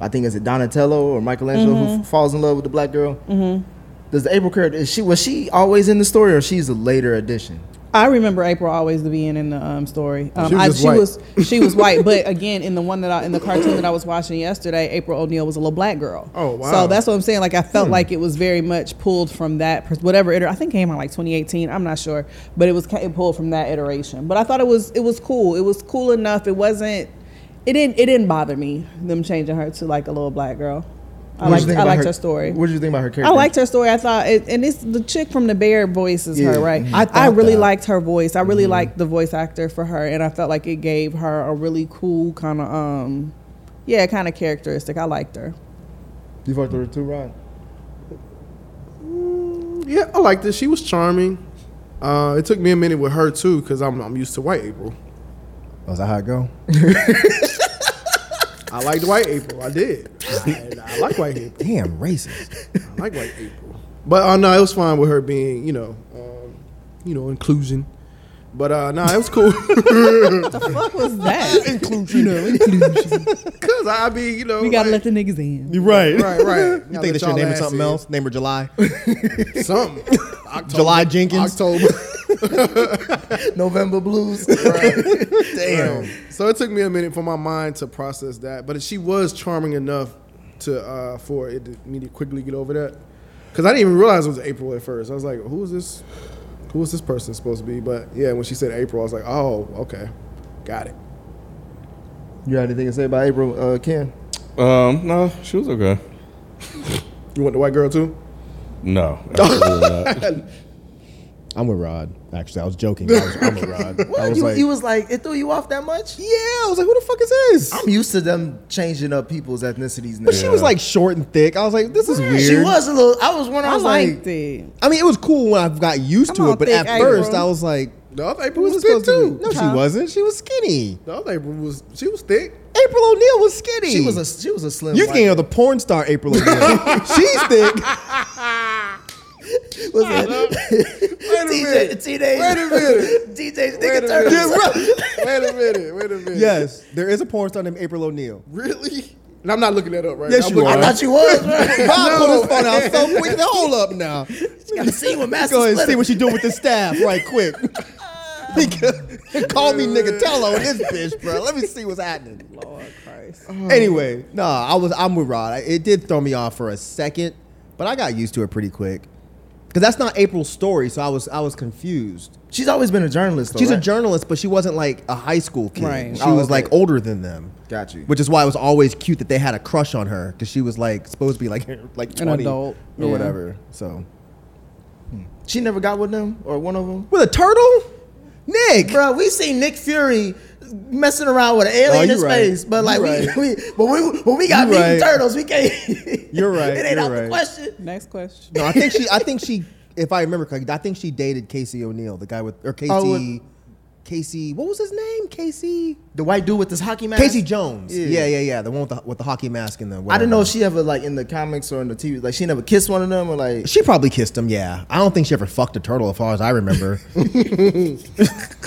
[SPEAKER 2] I think is it Donatello or Michelangelo who f- falls in love with the
[SPEAKER 3] Mm-hmm.
[SPEAKER 2] black girl? Mm-hmm. Does the April character is she was she always in the story or she's a later addition?
[SPEAKER 3] I remember April always being in the um, story. Um,
[SPEAKER 5] She was
[SPEAKER 3] I,
[SPEAKER 5] just
[SPEAKER 3] she
[SPEAKER 5] white.
[SPEAKER 3] was she was white, but again, in the one that I, in the cartoon that I was watching yesterday, April O'Neil was a little black girl.
[SPEAKER 5] Oh, wow. Hmm.
[SPEAKER 3] So that's what I'm saying. Like I felt like it was very much pulled from that pers- whatever. Iter- I think it came out like 2018. I'm not sure, but it was ca- it pulled from that iteration. But I thought it was it was cool. It was cool enough. It wasn't. It didn't it didn't bother me them changing her to like a little black girl. I
[SPEAKER 2] What'd you
[SPEAKER 3] liked
[SPEAKER 2] think
[SPEAKER 3] I
[SPEAKER 2] about
[SPEAKER 3] liked
[SPEAKER 2] her-
[SPEAKER 3] her, story.
[SPEAKER 2] What did you think about her
[SPEAKER 3] I
[SPEAKER 2] character?
[SPEAKER 3] liked her story. I thought, it, and it's the chick from the Bear voice is
[SPEAKER 2] Yeah.
[SPEAKER 3] her, right?
[SPEAKER 4] I
[SPEAKER 3] I,
[SPEAKER 4] thought
[SPEAKER 3] I really
[SPEAKER 4] that.
[SPEAKER 3] liked her voice. I really liked the voice actor for her, and I felt like it gave her a really cool kind of, um, yeah, kind of characteristic. I liked her.
[SPEAKER 2] You fucked with her too, Ron.
[SPEAKER 5] Mm, Yeah, I liked it. She was charming. Uh, it took me a minute with her too, cause I'm I'm used to white April.
[SPEAKER 4] Was Oh, that how it go?
[SPEAKER 5] I liked white April. I did. I, I like white April.
[SPEAKER 4] Damn, racist.
[SPEAKER 5] I like white April. But uh, no, it was fine with her being, you know, um, you know, inclusion. But uh, no, it was cool.
[SPEAKER 3] The fuck was that?
[SPEAKER 4] Inclusion.
[SPEAKER 5] Cause I mean, you know,
[SPEAKER 3] We gotta let
[SPEAKER 5] like-
[SPEAKER 3] the niggas in.
[SPEAKER 4] You're right.
[SPEAKER 5] right, right.
[SPEAKER 4] You think they should name it something else? Name her July.
[SPEAKER 5] Something.
[SPEAKER 4] July Jenkins.
[SPEAKER 5] October.
[SPEAKER 2] November Blues.
[SPEAKER 5] Damn. So it took me a minute for my mind to process that, but she was charming enough to uh, for it to, me to quickly get over that. Because I didn't even realize it was April at first. I was like, "Who is this? Who is this person supposed to be?" But yeah, when she said April, I was like, "Oh, okay, got it."
[SPEAKER 2] you had anything to say about April, uh, Ken?
[SPEAKER 1] Um, no, she was okay.
[SPEAKER 5] You want the white girl too?
[SPEAKER 1] No, absolutely not.
[SPEAKER 4] I'm with Rod. Actually, I was joking. I was, I'm with Rod. I was
[SPEAKER 2] you,
[SPEAKER 4] like,
[SPEAKER 2] you was like, it threw you off that much?
[SPEAKER 4] yeah. I was like, who the fuck is this?
[SPEAKER 2] I'm used to them changing up people's ethnicities now.
[SPEAKER 4] But she was like short and thick. I was like, this is weird.
[SPEAKER 2] She was a little. I was one. I
[SPEAKER 3] I
[SPEAKER 2] was like,
[SPEAKER 3] liked it.
[SPEAKER 4] I mean, it was cool when I got used
[SPEAKER 3] Come
[SPEAKER 4] to
[SPEAKER 3] on,
[SPEAKER 4] it, but
[SPEAKER 3] thick
[SPEAKER 4] at first
[SPEAKER 3] April.
[SPEAKER 4] I was like,
[SPEAKER 5] The other
[SPEAKER 4] who
[SPEAKER 5] April
[SPEAKER 4] was
[SPEAKER 5] was
[SPEAKER 4] this
[SPEAKER 5] thick
[SPEAKER 4] supposed to
[SPEAKER 5] too.
[SPEAKER 4] be? No, she wasn't. She was skinny.
[SPEAKER 5] The other April was she was thick.
[SPEAKER 4] April O'Neil was skinny.
[SPEAKER 2] she was a she was a slim.
[SPEAKER 4] You're
[SPEAKER 2] white
[SPEAKER 4] thinking of the porn star April O'Neil. She's thick.
[SPEAKER 2] Was it?
[SPEAKER 5] Wait a minute.
[SPEAKER 2] Teenage.
[SPEAKER 5] Wait a minute.
[SPEAKER 2] Teenage
[SPEAKER 5] Wait a
[SPEAKER 2] nigga turtles.
[SPEAKER 5] minute.
[SPEAKER 4] right.
[SPEAKER 5] Wait a minute. Wait a minute.
[SPEAKER 4] Yes, there is a porn star named April O'Neil.
[SPEAKER 5] Really? And I'm not looking that up right
[SPEAKER 4] Yes,
[SPEAKER 5] now. I'm
[SPEAKER 4] you
[SPEAKER 5] looking-
[SPEAKER 4] are.
[SPEAKER 2] I thought you was. Right?
[SPEAKER 4] Bob pulled his phone out so quick. Now, Hold up now.
[SPEAKER 2] gotta see what Master
[SPEAKER 4] Go ahead and see
[SPEAKER 2] Splinter-
[SPEAKER 4] what you do with the staff right quick. Nigga, Call me Nickatello in this bitch, bro. Let me see what's happening.
[SPEAKER 3] Lord Christ.
[SPEAKER 4] Oh. Anyway, nah, I was I'm with Rod. I- It did throw me off for a second, but I got used to it pretty quick. Cause that's not April's story, so I was I was confused.
[SPEAKER 2] She's always been a journalist. Though,
[SPEAKER 4] She's a
[SPEAKER 2] right?
[SPEAKER 4] journalist, but she wasn't like a high school kid.
[SPEAKER 3] Right.
[SPEAKER 4] She
[SPEAKER 2] Oh,
[SPEAKER 4] was
[SPEAKER 2] okay.
[SPEAKER 4] like older than them.
[SPEAKER 2] Got you.
[SPEAKER 4] Which is why it was always cute that they had a crush on her because she was like supposed to be like like
[SPEAKER 3] An
[SPEAKER 4] twenty
[SPEAKER 3] adult,
[SPEAKER 4] or
[SPEAKER 3] yeah.
[SPEAKER 4] whatever. So
[SPEAKER 2] She never got with them or one of them.
[SPEAKER 4] with a turtle, Nick.
[SPEAKER 2] Bro, we seen Nick Fury messing around with an
[SPEAKER 4] Oh,
[SPEAKER 2] alien
[SPEAKER 4] you
[SPEAKER 2] in
[SPEAKER 4] right.
[SPEAKER 2] space, but like
[SPEAKER 4] You
[SPEAKER 2] we,
[SPEAKER 4] right.
[SPEAKER 2] we, but we, when we got
[SPEAKER 4] You
[SPEAKER 2] mutant
[SPEAKER 4] right.
[SPEAKER 2] turtles, we can't.
[SPEAKER 4] You're right,
[SPEAKER 2] It ain't
[SPEAKER 4] you're
[SPEAKER 2] out
[SPEAKER 4] right.
[SPEAKER 2] the question.
[SPEAKER 3] Next question.
[SPEAKER 4] No, I think she. I think she. If I remember correctly, I think she dated Casey O'Neill, the guy with or Casey.
[SPEAKER 2] Oh, with-
[SPEAKER 4] Casey, what was his name? Casey.
[SPEAKER 2] The white dude with this hockey mask.
[SPEAKER 4] Casey Jones.
[SPEAKER 2] Yeah.
[SPEAKER 4] Yeah, yeah, yeah. The one with the, with the hockey mask and the.
[SPEAKER 2] I didn't
[SPEAKER 4] whatever.
[SPEAKER 2] know if she ever like in the comics or in the TV. Like she never kissed one of them or like.
[SPEAKER 4] She probably kissed him. Yeah, I don't think she ever fucked a turtle, as far as I remember.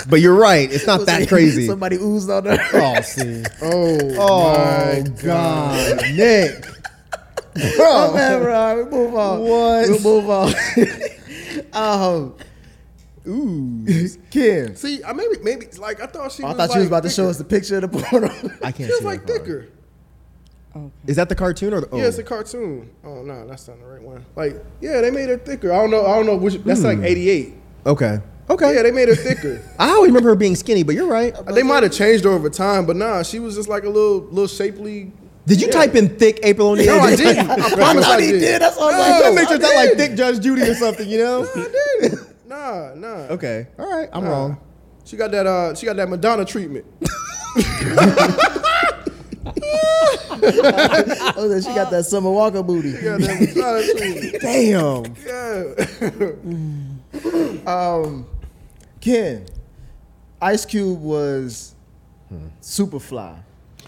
[SPEAKER 4] but you're right. It's not that crazy.
[SPEAKER 2] Somebody oozed on her.
[SPEAKER 4] Oh, see.
[SPEAKER 5] Oh,
[SPEAKER 4] Oh God, Nick.
[SPEAKER 2] Oh, man, bro. We move on.
[SPEAKER 4] What?
[SPEAKER 2] We move on. um,
[SPEAKER 4] Ooh,
[SPEAKER 2] Kim.
[SPEAKER 5] See, I maybe maybe like I thought she.
[SPEAKER 2] Oh, I
[SPEAKER 5] was
[SPEAKER 2] thought
[SPEAKER 5] like
[SPEAKER 2] you was about to
[SPEAKER 5] thicker.
[SPEAKER 2] show us the picture of the portal.
[SPEAKER 4] I can't.
[SPEAKER 5] She was
[SPEAKER 4] see
[SPEAKER 5] like
[SPEAKER 4] that far.
[SPEAKER 5] thicker.
[SPEAKER 4] Is that the cartoon or the? Oh.
[SPEAKER 5] Yeah, it's a cartoon. Oh no, that's not the right one. Like, yeah, they made her thicker. I don't know. I don't know which. That's like '88.
[SPEAKER 4] okay. Hmm. Okay.
[SPEAKER 5] Yeah, they made her thicker.
[SPEAKER 4] I always remember her being skinny, but you're right.
[SPEAKER 5] they might have changed her over time, but nah, she was just like a little, little shapely.
[SPEAKER 4] Did you
[SPEAKER 5] Yeah.
[SPEAKER 4] type in thick April O'Neil?
[SPEAKER 5] No, I
[SPEAKER 4] Did you-
[SPEAKER 5] didn't. I promise I
[SPEAKER 2] thought he did.
[SPEAKER 5] did.
[SPEAKER 2] That's all I was
[SPEAKER 4] That
[SPEAKER 2] like.
[SPEAKER 4] makes her sound like thick Judge Judy or something, you know?
[SPEAKER 5] Nah, nah.
[SPEAKER 4] okay. All right. Uh, I'm
[SPEAKER 5] Nah.
[SPEAKER 4] wrong.
[SPEAKER 5] She got that. Uh, she got that Madonna treatment.
[SPEAKER 2] Oh, then she got that Summer Walker booty.
[SPEAKER 5] She got that Madonna treatment.
[SPEAKER 4] Damn.
[SPEAKER 5] Yeah.
[SPEAKER 2] Ken, Ice Cube was Hmm. super fly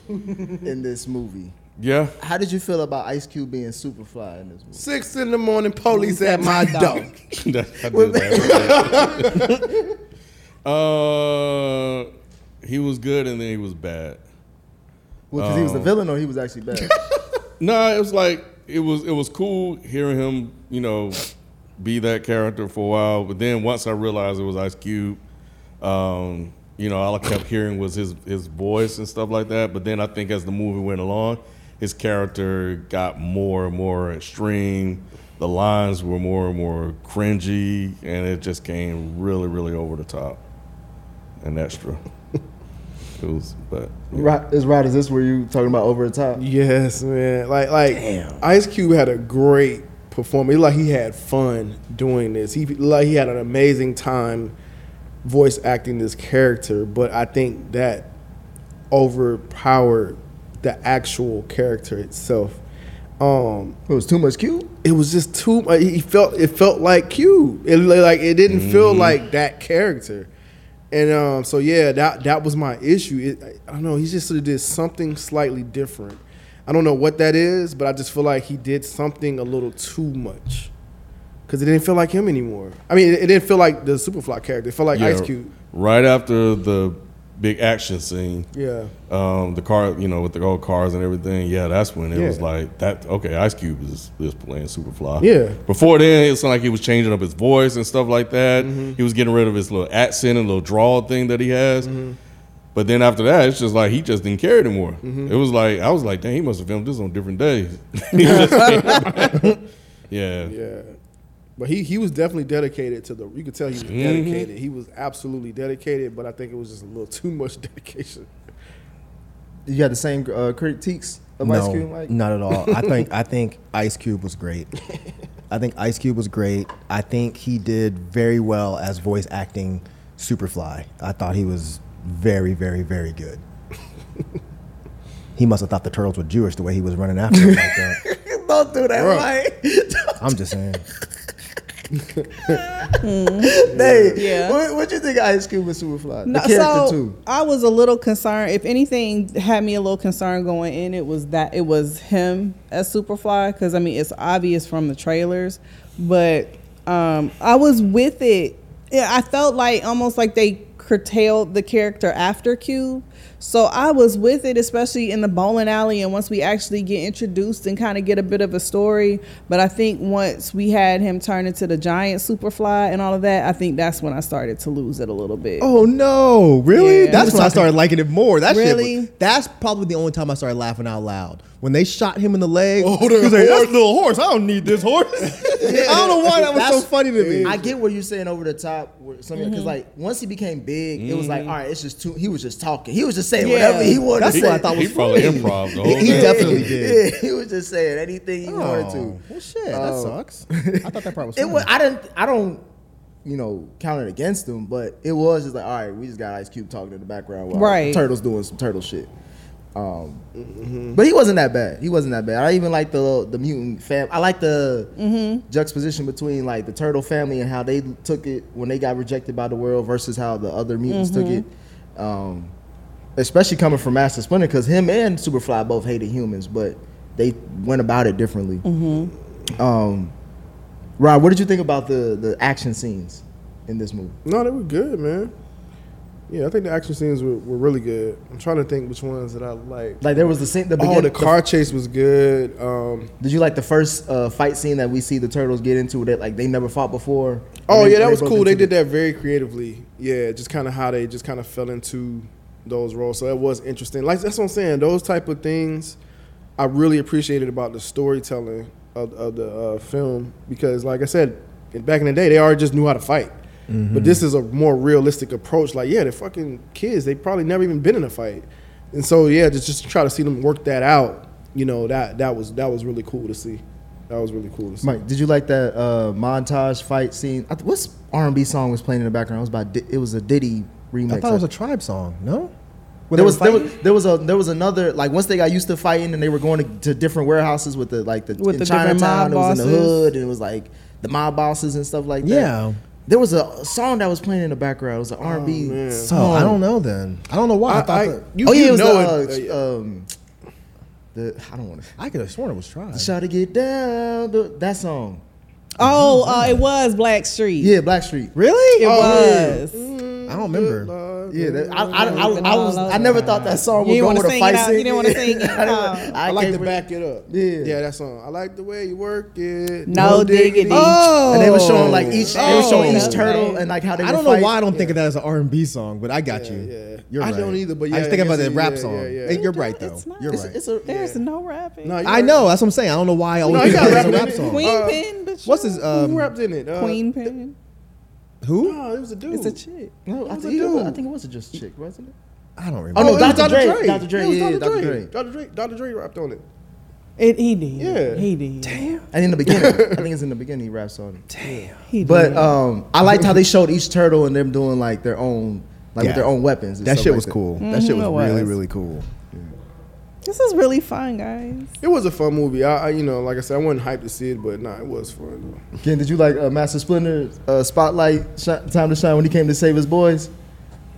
[SPEAKER 2] in this movie.
[SPEAKER 1] yeah,
[SPEAKER 2] How did you feel about Ice Cube being super fly in this movie?
[SPEAKER 5] Six in the morning, police at my door.
[SPEAKER 1] That- I do laugh at that. uh, he was good and then he was bad.
[SPEAKER 2] Well, because he was the
[SPEAKER 1] Oh.
[SPEAKER 2] villain or he was actually bad?
[SPEAKER 1] No, it was like it was it was cool hearing him, you know, be that character for a while. But then once I realized it was Ice Cube, Um, you know, all I kept hearing was his his voice and stuff like that. But then I think as the movie went along, his character got more and more extreme. The lines were more and more cringy, and it just came really, really over the top and extra. it was, but yeah.
[SPEAKER 2] Rod, is Rod, is this where you talking about over the top?
[SPEAKER 5] Yes, man. Like like Ice Cube had a great performance. Like he had fun doing this. He like he had an amazing time voice acting this character, but I think that overpowered the actual character itself. Um
[SPEAKER 2] It was too much cute.
[SPEAKER 5] it was just too much. He felt it felt like Cube. It li- like it didn't feel like that character. And um, so yeah, that that was my issue. It, I- I don't know. He just sort of did something slightly different. I don't know what that is, but I just feel like he did something a little too much. Cause it didn't feel like him anymore. I mean, it, it didn't feel like the Superfly character. It felt like
[SPEAKER 1] Yeah,
[SPEAKER 5] Ice Cube.
[SPEAKER 1] Right after the big action scene,
[SPEAKER 5] Yeah.
[SPEAKER 1] um, the car, you know, with the old cars and everything. Yeah, that's when it was
[SPEAKER 5] Yeah.
[SPEAKER 1] like that. Okay, Ice Cube is, is playing Superfly.
[SPEAKER 5] Yeah.
[SPEAKER 1] Before then, it sounded like he was changing up his voice and stuff like that. He was getting rid of his little accent and little drawl thing that he has. But then after that, it's just like he just didn't care anymore. It was like I was like, dang, he must have filmed this on different days. He just came back. yeah.
[SPEAKER 5] Yeah. But he, he was definitely dedicated to the. You could tell he was dedicated. He was absolutely dedicated, but I think it was just a little too much dedication.
[SPEAKER 2] You got the same uh, critiques of Ice Cube, Mike?
[SPEAKER 4] Not at all. I think I think Ice Cube was great. I think Ice Cube was great. I think he did very well as voice acting Superfly. I thought he was very, very, very good. He must have thought the turtles were Jewish the way he was running after them like that.
[SPEAKER 2] Don't do that, Mike.
[SPEAKER 4] I'm just saying.
[SPEAKER 2] Hey,
[SPEAKER 3] Yeah.
[SPEAKER 2] What, what you think of Ice Cube with Superfly?
[SPEAKER 3] No,
[SPEAKER 2] the character
[SPEAKER 3] so
[SPEAKER 2] too.
[SPEAKER 3] I was a little concerned. If anything had me a little concerned going in, it was that it was him as Superfly because I mean it's obvious from the trailers, but um, I was with it. Yeah, I felt like almost like they curtailed the character after Cube. So I was with it, especially in the bowling alley, and once we actually get introduced and kind of get a bit of a story. But I think once we had him turn into the giant Superfly and all of that, I think that's when I started to lose it a little bit.
[SPEAKER 4] Oh no! Really?
[SPEAKER 3] Yeah.
[SPEAKER 4] That's when I started liking it more. That
[SPEAKER 3] Really?
[SPEAKER 4] shit. was- That's probably the only time I started laughing out loud when they shot him in the leg. Oh,
[SPEAKER 5] the
[SPEAKER 4] "That's a little horse. I don't need this horse." I don't know why that was so
[SPEAKER 2] That's-
[SPEAKER 4] funny to me.
[SPEAKER 2] I get what you're saying over the top. Because
[SPEAKER 4] Mm-hmm.
[SPEAKER 2] like once he became big, it was like all right, it's just too. He was just talking. He was just saying
[SPEAKER 3] Yeah.
[SPEAKER 2] whatever he wanted.
[SPEAKER 4] That's
[SPEAKER 2] to
[SPEAKER 4] what I
[SPEAKER 2] say.
[SPEAKER 4] thought
[SPEAKER 1] He
[SPEAKER 4] was
[SPEAKER 1] probably
[SPEAKER 4] funny.
[SPEAKER 1] improv the whole
[SPEAKER 4] He
[SPEAKER 1] thing.
[SPEAKER 4] definitely did.
[SPEAKER 2] Yeah, he was just saying anything he wanted to.
[SPEAKER 4] Well, shit, that
[SPEAKER 2] Oh.
[SPEAKER 4] sucks. I thought that part was.
[SPEAKER 2] It
[SPEAKER 4] funny.
[SPEAKER 2] was. I didn't. I don't. You know, count it against him, but it was just like, all right, we just got Ice Cube talking in the background while
[SPEAKER 3] Right.
[SPEAKER 2] Turtle's doing some turtle shit. Um, But he wasn't that bad. He wasn't that bad. I even like the the mutant fam. I like the juxtaposition between like the turtle family and how they took it when they got rejected by the world versus how the other mutants took it. Um, especially coming from Master Splinter, because him and Superfly both hated humans, but they went about it differently. Um, Rob, what did you think about the the action scenes in this movie?
[SPEAKER 5] No, they were good, man. Yeah, I think the action scenes were, were really good. I'm trying to think which ones that I like.
[SPEAKER 2] Like there was the scene, the
[SPEAKER 5] Oh,
[SPEAKER 2] beginning,
[SPEAKER 5] the car chase was good. Um,
[SPEAKER 2] Did you like the first uh, fight scene that we see the turtles get into that like they never fought before?
[SPEAKER 5] oh
[SPEAKER 2] And they-
[SPEAKER 5] yeah, that
[SPEAKER 2] they
[SPEAKER 5] was
[SPEAKER 2] broke
[SPEAKER 5] cool. They
[SPEAKER 2] into
[SPEAKER 5] did
[SPEAKER 2] the-
[SPEAKER 5] that very creatively. Yeah, just kind of how they just kind of fell into those roles. So that was interesting. Like that's what I'm saying. Those type of things, I really appreciated about the storytelling of, of the uh, film because, like I said, in- back in the day, they already just knew how to fight.
[SPEAKER 2] Mm-hmm.
[SPEAKER 5] But this is a more realistic approach. Like, yeah, they're fucking kids. They probably never even been in a fight, and so yeah, just just try to see them work that out. You know that that was that was really cool to see. That was really cool to see.
[SPEAKER 2] Mike, did you like that uh, montage fight scene? I th- what's R and B song was playing in the background? It was by Di- it was a Diddy remix.
[SPEAKER 4] I thought it was a tribe song. No.
[SPEAKER 2] there
[SPEAKER 4] When they
[SPEAKER 2] was
[SPEAKER 4] were
[SPEAKER 2] there was
[SPEAKER 4] fighting?
[SPEAKER 2] there was a there was another like once they got used to fighting and they were going to, to different warehouses with the like the
[SPEAKER 3] With
[SPEAKER 2] in
[SPEAKER 3] the different
[SPEAKER 2] Chinatown
[SPEAKER 3] mob
[SPEAKER 2] it was in the
[SPEAKER 3] bosses.
[SPEAKER 2] hood and it was like the mob bosses and stuff like that.
[SPEAKER 4] Yeah.
[SPEAKER 2] There was a song that was playing in the background. It was an R and B
[SPEAKER 5] man.
[SPEAKER 4] Oh,
[SPEAKER 2] song.
[SPEAKER 4] I don't know. Then I don't know why. I, thought that-
[SPEAKER 5] you,
[SPEAKER 2] oh
[SPEAKER 5] you
[SPEAKER 2] yeah, it was
[SPEAKER 5] know
[SPEAKER 2] the,
[SPEAKER 5] it.
[SPEAKER 2] uh, um, the I don't want to.
[SPEAKER 4] I could have sworn it was tribe.
[SPEAKER 2] Try to get down the, that song.
[SPEAKER 3] Oh, uh, it was Black Street.
[SPEAKER 2] Yeah, Blackstreet.
[SPEAKER 4] Really?
[SPEAKER 3] It was.
[SPEAKER 4] Oh, I don't remember.
[SPEAKER 5] Uh,
[SPEAKER 2] Yeah, that, I, I, I, I, was. I never thought that song
[SPEAKER 3] You
[SPEAKER 2] would go
[SPEAKER 3] didn't wanna
[SPEAKER 2] with a
[SPEAKER 3] sing it
[SPEAKER 2] fight
[SPEAKER 3] out.
[SPEAKER 2] scene.
[SPEAKER 3] You didn't wanna sing it
[SPEAKER 2] I didn't-
[SPEAKER 3] out.
[SPEAKER 5] I, like to
[SPEAKER 2] can't re-
[SPEAKER 5] back it up.
[SPEAKER 2] Yeah.
[SPEAKER 5] yeah, that song. I like the way you work it.
[SPEAKER 3] No diggity. Oh.
[SPEAKER 2] And they were showing like each. They were showing
[SPEAKER 3] Oh.
[SPEAKER 2] each turtle and like how they.
[SPEAKER 4] I
[SPEAKER 2] would
[SPEAKER 4] don't know
[SPEAKER 2] fight.
[SPEAKER 4] why I don't think of that as an R and B song, but I got you.
[SPEAKER 5] yeah.
[SPEAKER 4] You're
[SPEAKER 5] I
[SPEAKER 4] right.
[SPEAKER 5] don't either, but
[SPEAKER 4] I
[SPEAKER 5] yeah,
[SPEAKER 4] was
[SPEAKER 5] I
[SPEAKER 4] thinking about
[SPEAKER 5] guess
[SPEAKER 4] that
[SPEAKER 5] it-
[SPEAKER 4] rap
[SPEAKER 5] yeah,
[SPEAKER 4] song.
[SPEAKER 5] yeah, yeah.
[SPEAKER 4] And You're
[SPEAKER 3] It
[SPEAKER 4] right
[SPEAKER 3] don't-
[SPEAKER 4] though.
[SPEAKER 3] it's not.
[SPEAKER 4] You're
[SPEAKER 2] It's,
[SPEAKER 4] right.
[SPEAKER 2] it's a.
[SPEAKER 3] There's no rapping.
[SPEAKER 5] No, you
[SPEAKER 4] I
[SPEAKER 5] right.
[SPEAKER 4] know. That's what I'm saying. I don't know why I always
[SPEAKER 5] No,
[SPEAKER 4] think
[SPEAKER 5] he
[SPEAKER 4] of
[SPEAKER 5] got
[SPEAKER 4] it as a
[SPEAKER 5] rapping
[SPEAKER 4] rap
[SPEAKER 5] in it.
[SPEAKER 4] song.
[SPEAKER 3] Queen
[SPEAKER 5] Uh,
[SPEAKER 3] Pen, but
[SPEAKER 4] what's his,
[SPEAKER 3] you-
[SPEAKER 4] um,
[SPEAKER 5] Who rapped in it? Uh,
[SPEAKER 3] Queen Pen?
[SPEAKER 4] Who?
[SPEAKER 5] No, it was a dude.
[SPEAKER 3] It's a chick.
[SPEAKER 2] No, I
[SPEAKER 5] was a
[SPEAKER 2] think, it was,
[SPEAKER 5] dude.
[SPEAKER 2] I think it was just chick, wasn't it?
[SPEAKER 4] I don't
[SPEAKER 2] Oh,
[SPEAKER 4] remember.
[SPEAKER 2] no,
[SPEAKER 5] it was
[SPEAKER 2] Dr. Dre. Dr. Dre,
[SPEAKER 5] It was
[SPEAKER 2] yeah,
[SPEAKER 5] Dr.
[SPEAKER 2] Dr.
[SPEAKER 5] Dre.
[SPEAKER 2] Dre.
[SPEAKER 5] Dr. Dre. Dr. Dre rapped on it.
[SPEAKER 3] It he did.
[SPEAKER 5] Yeah.
[SPEAKER 3] he did. Damn,
[SPEAKER 2] And in the beginning, I think it's in the beginning he raps on it.
[SPEAKER 3] he did.
[SPEAKER 2] But um, I liked how they showed each turtle and them doing like their own, like
[SPEAKER 4] Yeah.
[SPEAKER 2] with their own weapons. and
[SPEAKER 4] That
[SPEAKER 2] stuff
[SPEAKER 4] shit
[SPEAKER 2] like
[SPEAKER 4] was cool. That shit
[SPEAKER 3] Mhm,
[SPEAKER 4] was
[SPEAKER 3] it
[SPEAKER 4] really,
[SPEAKER 3] was.
[SPEAKER 4] really cool.
[SPEAKER 3] this is really fun, guys.
[SPEAKER 5] It was a fun movie. I, I you know, like I said, I wasn't hyped to see it, but nah, it was fun.
[SPEAKER 2] Ken, did you like uh, Master Splinter uh, Spotlight sh- Time to Shine when he came to save his boys?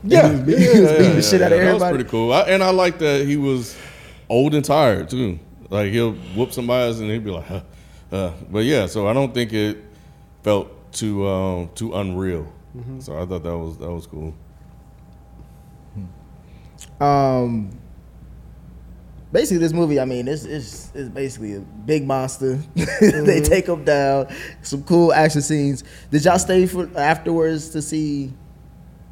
[SPEAKER 5] Yeah,
[SPEAKER 2] he was, beating- he was beating the shit out of
[SPEAKER 1] that was
[SPEAKER 2] everybody.
[SPEAKER 1] pretty cool. I, and I like that he was old and tired too. Like he'll whoop somebody's and he'd be like, huh, uh. but yeah. So I don't think it felt too um, too unreal. So I thought that was that was cool.
[SPEAKER 2] Um, basically, this movie, I mean, it's it's, it's basically a big monster.
[SPEAKER 1] Mm-hmm.
[SPEAKER 2] they take him down. Some cool action scenes. Did y'all stay for afterwards to see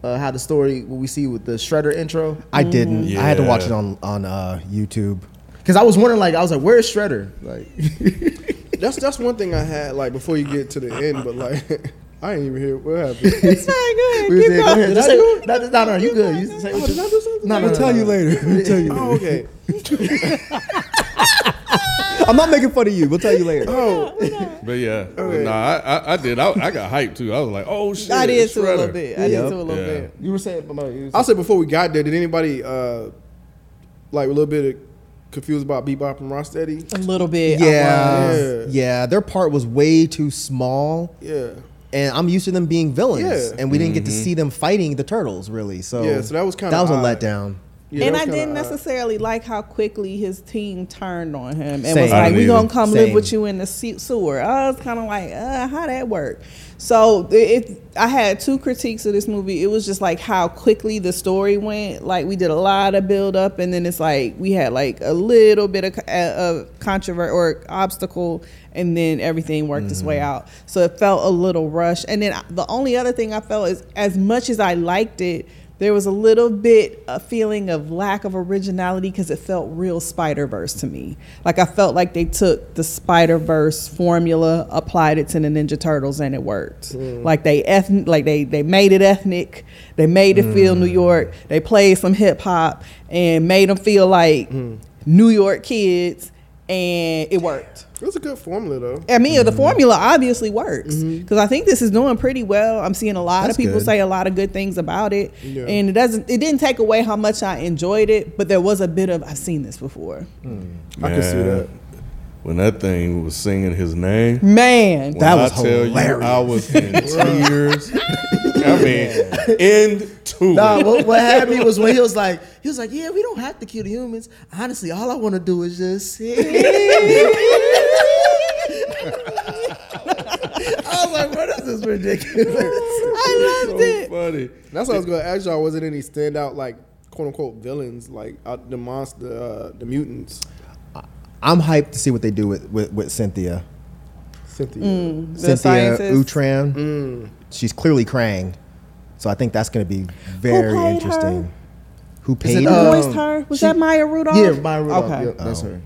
[SPEAKER 2] uh, how the story what we see with the Shredder intro?
[SPEAKER 4] I didn't. I had to watch it
[SPEAKER 1] Yeah.
[SPEAKER 4] on on uh, YouTube.
[SPEAKER 2] Because I was wondering, like, I was like, where's Shredder? Like,
[SPEAKER 5] That's that's one thing I had like before you get to the end, but like I ain't even hear what happened.
[SPEAKER 3] It's not good.
[SPEAKER 2] we was
[SPEAKER 3] Keep
[SPEAKER 2] there, go
[SPEAKER 3] going.
[SPEAKER 2] ahead. Just say, no, no, no, no, you good. You say
[SPEAKER 5] Oh,
[SPEAKER 2] what
[SPEAKER 5] did
[SPEAKER 2] you,
[SPEAKER 5] I do something?
[SPEAKER 2] no, no, no, no, no.
[SPEAKER 4] later. We'll tell you.
[SPEAKER 5] Oh, okay.
[SPEAKER 4] I'm not making fun of you. We'll tell you later.
[SPEAKER 5] Oh,
[SPEAKER 1] But yeah,
[SPEAKER 5] Okay.
[SPEAKER 1] nah, I, I, I did. I, I got hyped too. I was like, oh shit,
[SPEAKER 3] I did
[SPEAKER 1] it's
[SPEAKER 3] too a little
[SPEAKER 1] Shredder.
[SPEAKER 3] bit. I
[SPEAKER 4] Yep.
[SPEAKER 3] did too a little
[SPEAKER 1] Yeah.
[SPEAKER 3] bit.
[SPEAKER 2] You were saying, no, you were
[SPEAKER 5] I'll
[SPEAKER 2] saying
[SPEAKER 5] say before we got there, did anybody uh like a little bit of confused about Bebop and Rocksteady?
[SPEAKER 3] A little bit. I was.
[SPEAKER 4] Yeah,
[SPEAKER 5] was.
[SPEAKER 4] yeah. Their part was way too small,
[SPEAKER 5] Yeah,
[SPEAKER 4] and I'm used to them being villains,
[SPEAKER 5] Yeah.
[SPEAKER 4] and we didn't get to see them fighting the turtles really. So
[SPEAKER 5] Yeah, so that was kinda
[SPEAKER 4] that was a
[SPEAKER 5] odd.
[SPEAKER 4] letdown.
[SPEAKER 5] yeah that
[SPEAKER 3] and
[SPEAKER 5] was
[SPEAKER 3] I
[SPEAKER 5] kinda
[SPEAKER 3] didn't
[SPEAKER 5] odd.
[SPEAKER 3] necessarily like how quickly his team turned on him and
[SPEAKER 4] Same.
[SPEAKER 3] was
[SPEAKER 1] I
[SPEAKER 3] like,
[SPEAKER 1] didn't
[SPEAKER 3] "We
[SPEAKER 1] either.
[SPEAKER 3] gonna come live with
[SPEAKER 4] Same.
[SPEAKER 3] you in the se- sewer." I was kind of like, "Uh, how that work?" So it, it, I had two critiques of this movie. It was just like how quickly the story went. Like we did a lot of build up, and then it's like we had like a little bit of, co- uh, of controversy or obstacle, and then everything worked its
[SPEAKER 5] Mm-hmm.
[SPEAKER 3] way out. So it felt a little rushed. And then I- the only other thing I felt is, as much as I liked it there was a little bit a feeling of lack of originality because it felt real Spider Verse to me. Like I felt like they took the Spider Verse formula, applied it to the Ninja Turtles, and it worked. Like they ethnic, like they they made it ethnic. They made it feel New York. They played some hip hop and made them feel like New York kids, and it worked.
[SPEAKER 5] It was a good formula though.
[SPEAKER 3] I mean,
[SPEAKER 2] Mm-hmm.
[SPEAKER 3] the formula obviously works because I think this is doing pretty well. I'm seeing a lot
[SPEAKER 4] That's
[SPEAKER 3] of people
[SPEAKER 4] good.
[SPEAKER 3] say a lot of good things about it,
[SPEAKER 5] Yeah.
[SPEAKER 3] and it doesn't. It didn't take away how much I enjoyed it, but there was a bit of I've seen this before.
[SPEAKER 2] Mm.
[SPEAKER 5] I can see
[SPEAKER 1] Man,
[SPEAKER 5] that.
[SPEAKER 1] When that thing was singing his name,
[SPEAKER 3] Man,
[SPEAKER 1] when
[SPEAKER 4] That was
[SPEAKER 1] I tell
[SPEAKER 4] hilarious.
[SPEAKER 1] You, I was in tears. I mean, in two.
[SPEAKER 2] Nah, what, what had me was when he was like, he was like, yeah, we don't have to kill the humans. Honestly, all I want to do is just I was like, bro, this is ridiculous.
[SPEAKER 3] I loved
[SPEAKER 1] so
[SPEAKER 3] it.
[SPEAKER 1] funny.
[SPEAKER 5] That's what I was gonna ask y'all. Was it any standout like quote unquote villains like out the monster, uh, the mutants?
[SPEAKER 4] I'm hyped to see what they do with with, with Cynthia,
[SPEAKER 5] Cynthia. Mm-hmm.
[SPEAKER 4] Cynthia
[SPEAKER 3] scientist.
[SPEAKER 4] Utran. She's clearly Krang, so I think that's going to be very
[SPEAKER 3] played
[SPEAKER 4] interesting.
[SPEAKER 3] her?
[SPEAKER 4] Who paid?
[SPEAKER 2] it,
[SPEAKER 4] her?
[SPEAKER 2] uh,
[SPEAKER 3] Who voiced
[SPEAKER 2] Um,
[SPEAKER 3] her? Was
[SPEAKER 2] she-
[SPEAKER 3] that Maya Rudolph?
[SPEAKER 2] yeah, Maya Rudolph.
[SPEAKER 3] Okay.
[SPEAKER 2] Yep, that's her.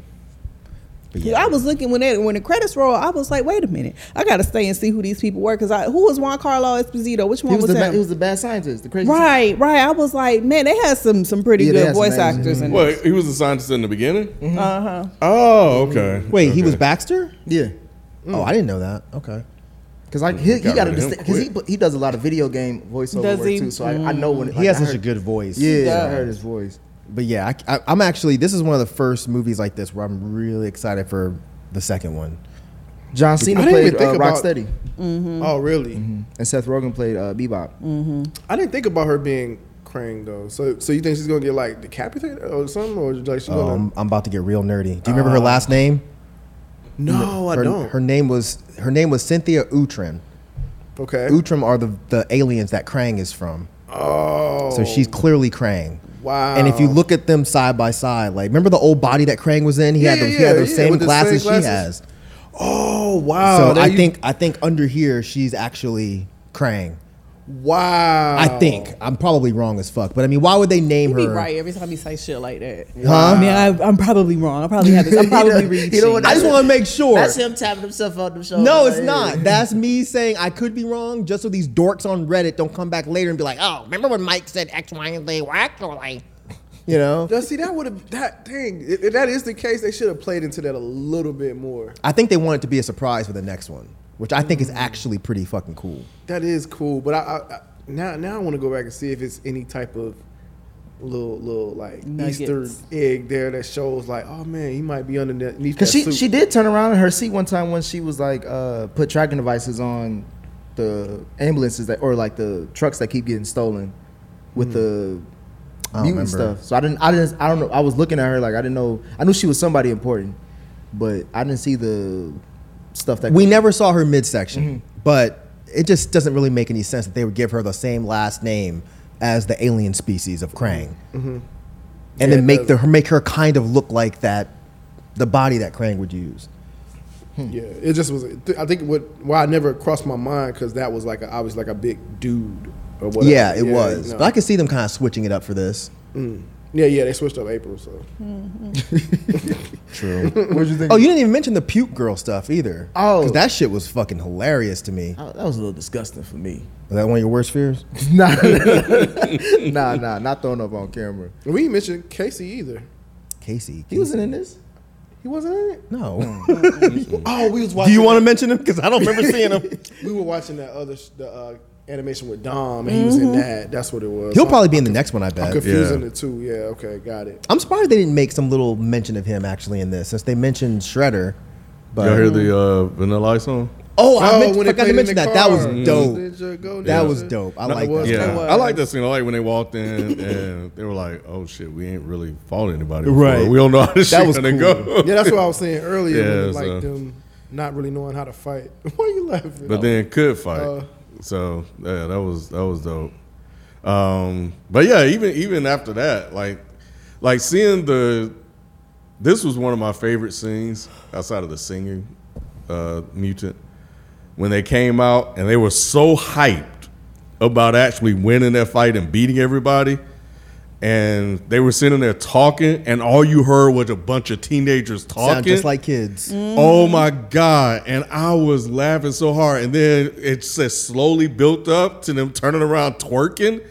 [SPEAKER 4] But
[SPEAKER 3] I was looking when it, when the credits roll. I was like, wait a minute, I gotta stay and see who these people were because who was Juan Carlo Esposito? Which
[SPEAKER 2] He
[SPEAKER 3] one
[SPEAKER 2] was, the
[SPEAKER 3] was,
[SPEAKER 2] ba-
[SPEAKER 3] him?
[SPEAKER 2] he was the bad scientist, the crazy
[SPEAKER 3] right, right. I was like, man, they had some some pretty
[SPEAKER 2] Yeah, they
[SPEAKER 3] good
[SPEAKER 2] had some
[SPEAKER 3] voice
[SPEAKER 2] names.
[SPEAKER 3] actors in
[SPEAKER 1] Well, he was a scientist in the beginning.
[SPEAKER 4] Mm-hmm.
[SPEAKER 3] it. Uh huh.
[SPEAKER 1] Oh, okay.
[SPEAKER 4] Wait, he was
[SPEAKER 1] Okay.
[SPEAKER 4] Baxter?
[SPEAKER 2] Yeah,
[SPEAKER 4] Oh, I didn't know that. Okay.
[SPEAKER 2] because like he, he
[SPEAKER 1] Got
[SPEAKER 2] got
[SPEAKER 1] rid of him
[SPEAKER 2] understand because he he does a lot of video game voiceover
[SPEAKER 3] Does
[SPEAKER 2] work
[SPEAKER 3] he?
[SPEAKER 2] too. So I, I know when
[SPEAKER 4] Mm. he
[SPEAKER 2] like,
[SPEAKER 4] has
[SPEAKER 2] I
[SPEAKER 4] such
[SPEAKER 2] heard-
[SPEAKER 4] a good voice.
[SPEAKER 2] Yeah, I
[SPEAKER 3] does.
[SPEAKER 2] heard his voice.
[SPEAKER 4] But yeah, I, am actually. This is one of the first movies like this where I'm really excited for the second one.
[SPEAKER 2] John Cena
[SPEAKER 5] I didn't
[SPEAKER 2] played
[SPEAKER 5] even think
[SPEAKER 2] uh,
[SPEAKER 5] about-
[SPEAKER 2] Rocksteady,
[SPEAKER 5] Oh, really?
[SPEAKER 4] Mm-hmm.
[SPEAKER 2] and Seth Rogen played uh, Bebop.
[SPEAKER 5] I didn't think about her being Krang though. So, so you think she's gonna get like decapitated or something, or like she
[SPEAKER 4] Oh,
[SPEAKER 5] gonna?
[SPEAKER 4] I'm, I'm about to get real nerdy. Do you remember her last name?
[SPEAKER 5] no, I
[SPEAKER 4] her,
[SPEAKER 5] don't.
[SPEAKER 4] Her name was her name was Cynthia Utram.
[SPEAKER 5] okay.
[SPEAKER 4] Utram are the the aliens that Krang is from.
[SPEAKER 5] Oh.
[SPEAKER 4] So she's clearly Krang.
[SPEAKER 5] Wow.
[SPEAKER 4] And if you look at them side by side, like remember the old body that Krang was in? He had
[SPEAKER 5] Yeah,
[SPEAKER 4] those,
[SPEAKER 5] yeah,
[SPEAKER 4] he had
[SPEAKER 5] yeah,
[SPEAKER 4] those
[SPEAKER 5] yeah,
[SPEAKER 4] same,
[SPEAKER 5] with the same
[SPEAKER 4] glasses
[SPEAKER 5] glasses.
[SPEAKER 4] she has.
[SPEAKER 5] Oh wow.
[SPEAKER 4] so
[SPEAKER 5] There
[SPEAKER 4] I
[SPEAKER 5] you-
[SPEAKER 4] think I think under here she's actually Krang.
[SPEAKER 5] Wow.
[SPEAKER 4] I think I'm probably wrong as fuck, but I mean, why would they name
[SPEAKER 3] You be
[SPEAKER 4] her?
[SPEAKER 3] right every time you say shit like that.
[SPEAKER 4] Huh?
[SPEAKER 3] I mean, I, I'm probably wrong. I probably have this. I'm probably reaching.
[SPEAKER 2] you know what
[SPEAKER 4] I just want to make sure.
[SPEAKER 2] That's him tapping himself on the shoulder.
[SPEAKER 4] No, it's
[SPEAKER 2] Hey.
[SPEAKER 4] not. That's me saying I could be wrong, just so these dorks on Reddit don't come back later and be like, "Oh, remember when Mike said X, Y, and Z were actually," you know?
[SPEAKER 5] Now, see, that would have that thing. If if that is the case, they should have played into that a little bit more.
[SPEAKER 4] I think they want it to be a surprise for the next one, which I
[SPEAKER 2] Mm.
[SPEAKER 4] think is actually pretty fucking cool.
[SPEAKER 5] That is cool, but I, I, I now now I want to go back and see if it's any type of little little like Easter
[SPEAKER 3] Nuggets.
[SPEAKER 5] egg there that shows like, oh man, he might be underneath that
[SPEAKER 2] Cause she
[SPEAKER 5] suit.
[SPEAKER 2] she did turn around in her seat one time when she was like uh, put tracking devices on the ambulances that or like the trucks that keep getting stolen with the
[SPEAKER 4] I don't
[SPEAKER 2] mutant
[SPEAKER 4] remember.
[SPEAKER 2] stuff. So I didn't I didn't I don't know I was looking at her like I didn't know I knew she was somebody important, but I didn't see the stuff that
[SPEAKER 4] We never saw her
[SPEAKER 2] Mm-hmm.
[SPEAKER 4] midsection, but it just doesn't really make any sense that they would give her the same last name as the alien species of Krang,
[SPEAKER 2] Mm-hmm.
[SPEAKER 4] and
[SPEAKER 5] it
[SPEAKER 4] then make the,
[SPEAKER 5] doesn't.
[SPEAKER 4] her make her kind of look like that, the body that Krang would use. Hmm.
[SPEAKER 5] yeah, it just was. I think what why I never crossed my mind because that was like a, I was like a big dude or whatever.
[SPEAKER 4] yeah, it was.
[SPEAKER 5] no.
[SPEAKER 4] But I could see them kind of switching it up for this.
[SPEAKER 5] yeah, yeah, they switched up April, so
[SPEAKER 2] Hmm. What'd you think?
[SPEAKER 4] Oh, you didn't even mention the puke girl stuff either.
[SPEAKER 2] Oh.
[SPEAKER 4] 'Cause that shit was fucking hilarious to me.
[SPEAKER 2] Oh, that was a little disgusting for me.
[SPEAKER 4] Was that one of your worst fears?
[SPEAKER 2] nah, nah, nah, not throwing up on camera.
[SPEAKER 5] And we didn't mention Casey either.
[SPEAKER 4] Casey.
[SPEAKER 2] He wasn't in Mm. this.
[SPEAKER 5] He wasn't in it.
[SPEAKER 4] No.
[SPEAKER 5] Oh, we was watching.
[SPEAKER 4] Do you want to mention him? Because I don't remember seeing him.
[SPEAKER 5] We were watching that other sh- the uh, animation with Dom, and he was
[SPEAKER 2] Mm-hmm.
[SPEAKER 5] in that. That's what it was.
[SPEAKER 4] He'll
[SPEAKER 5] So
[SPEAKER 4] probably be in the next one, I bet.
[SPEAKER 5] I'm confusing
[SPEAKER 1] Yeah.
[SPEAKER 5] the two. Yeah, okay, got it.
[SPEAKER 4] I'm surprised they didn't make some little mention of him actually in this, since they mentioned Shredder. But
[SPEAKER 1] Y'all hear the uh, Vanilla Ice song?
[SPEAKER 4] oh, I
[SPEAKER 5] Oh,
[SPEAKER 4] meant,
[SPEAKER 5] when they
[SPEAKER 4] forgot
[SPEAKER 5] played
[SPEAKER 4] to
[SPEAKER 5] in
[SPEAKER 4] mention
[SPEAKER 5] the
[SPEAKER 4] that. That was
[SPEAKER 5] car.
[SPEAKER 4] dope.
[SPEAKER 5] Ninja, go
[SPEAKER 4] That
[SPEAKER 5] ninja.
[SPEAKER 4] was dope. I
[SPEAKER 5] No, it
[SPEAKER 4] like that.
[SPEAKER 5] was
[SPEAKER 1] Yeah,
[SPEAKER 5] dope.
[SPEAKER 1] I like that scene. I like when they walked in and they were like, "Oh shit, we ain't really fought anybody. Before.
[SPEAKER 4] Right.
[SPEAKER 1] We don't know how this
[SPEAKER 4] That
[SPEAKER 1] shit
[SPEAKER 4] was
[SPEAKER 1] gonna
[SPEAKER 4] cool.
[SPEAKER 1] go."
[SPEAKER 5] Yeah, that's what I was saying earlier.
[SPEAKER 1] Yeah,
[SPEAKER 5] when, like
[SPEAKER 1] so-
[SPEAKER 5] them not really knowing how to fight. Why are you laughing?
[SPEAKER 1] but then could fight.
[SPEAKER 5] Uh,
[SPEAKER 1] so yeah, that was that was dope. Um, but yeah, even even after that, like like seeing the this was one of my favorite scenes outside of the singing uh, mutant when they came out and they were so hyped about actually winning that fight and beating everybody. And they were sitting there talking, and all you heard was a bunch of teenagers talking.
[SPEAKER 4] Sound just like kids.
[SPEAKER 2] Mm.
[SPEAKER 1] Oh my God. And I was laughing so hard. And then it just slowly built up to them turning around twerking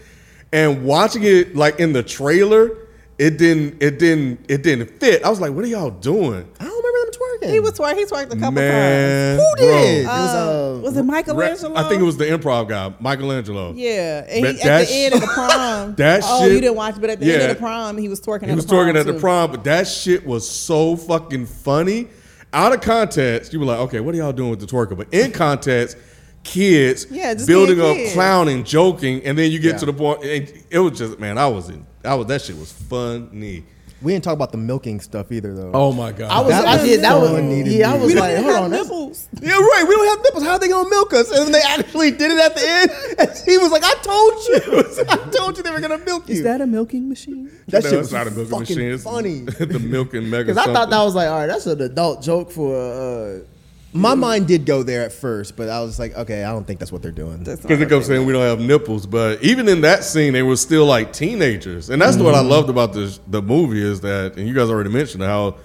[SPEAKER 1] and watching it like in the trailer. It didn't, it didn't, it didn't fit. I was like, what are y'all doing?
[SPEAKER 4] I don't remember them twerking.
[SPEAKER 3] He was twerking. He twerked a couple
[SPEAKER 1] Man,
[SPEAKER 3] times.
[SPEAKER 4] Who did?
[SPEAKER 3] Uh, was, it Michelangelo?
[SPEAKER 1] I think it was the improv guy, Michelangelo.
[SPEAKER 3] Yeah, and
[SPEAKER 1] But
[SPEAKER 3] he, at
[SPEAKER 1] that
[SPEAKER 3] the end of the prom.
[SPEAKER 1] that
[SPEAKER 3] oh,
[SPEAKER 1] shit-
[SPEAKER 3] you didn't watch, but at the end
[SPEAKER 1] Yeah.
[SPEAKER 3] of the prom, he was twerking.
[SPEAKER 1] He
[SPEAKER 3] at
[SPEAKER 1] was
[SPEAKER 3] the prom
[SPEAKER 1] twerking at the
[SPEAKER 3] too.
[SPEAKER 1] prom, but that shit was so fucking funny. Out of context, you were like, okay, what are y'all doing with the twerker? But in context, kids
[SPEAKER 3] Yeah, just
[SPEAKER 1] building
[SPEAKER 3] being
[SPEAKER 1] up,
[SPEAKER 3] kids.
[SPEAKER 1] clowning, joking, and then you get
[SPEAKER 4] Yeah.
[SPEAKER 1] to the point. It, it was just, man, I was in. I was that shit was funny.
[SPEAKER 4] we didn't talk about the milking stuff either, though.
[SPEAKER 1] Oh my god!
[SPEAKER 2] I was,
[SPEAKER 4] That
[SPEAKER 2] I
[SPEAKER 4] was
[SPEAKER 2] did, that
[SPEAKER 4] so
[SPEAKER 2] was,
[SPEAKER 4] needed,
[SPEAKER 2] yeah, I
[SPEAKER 4] dude.
[SPEAKER 2] was
[SPEAKER 3] We
[SPEAKER 2] like,
[SPEAKER 3] didn't
[SPEAKER 2] hold
[SPEAKER 3] have
[SPEAKER 2] on, that's-
[SPEAKER 3] nipples.
[SPEAKER 4] Yeah, right. We don't have nipples. How are they gonna milk us? And then they actually did it at the end. And she was like, "I told you. I told you they were gonna milk you."
[SPEAKER 3] Is that a milking machine?
[SPEAKER 4] That
[SPEAKER 1] No,
[SPEAKER 4] shit
[SPEAKER 1] it's
[SPEAKER 4] was
[SPEAKER 1] not a milking
[SPEAKER 4] fucking
[SPEAKER 1] machine. It's
[SPEAKER 4] funny.
[SPEAKER 1] the milking mega.
[SPEAKER 2] Because I thought
[SPEAKER 1] something.
[SPEAKER 2] that was like, all right, that's an adult joke for. Uh,
[SPEAKER 4] My mind did go there at first, but I was like, "Okay, I don't think that's what they're doing."
[SPEAKER 3] That's not
[SPEAKER 1] Because they
[SPEAKER 3] what
[SPEAKER 1] kept
[SPEAKER 3] they
[SPEAKER 1] saying we don't have nipples, but even in that scene, they were still like teenagers, and that's what
[SPEAKER 3] Mm-hmm.
[SPEAKER 1] I loved about this the movie is that, and you guys already mentioned how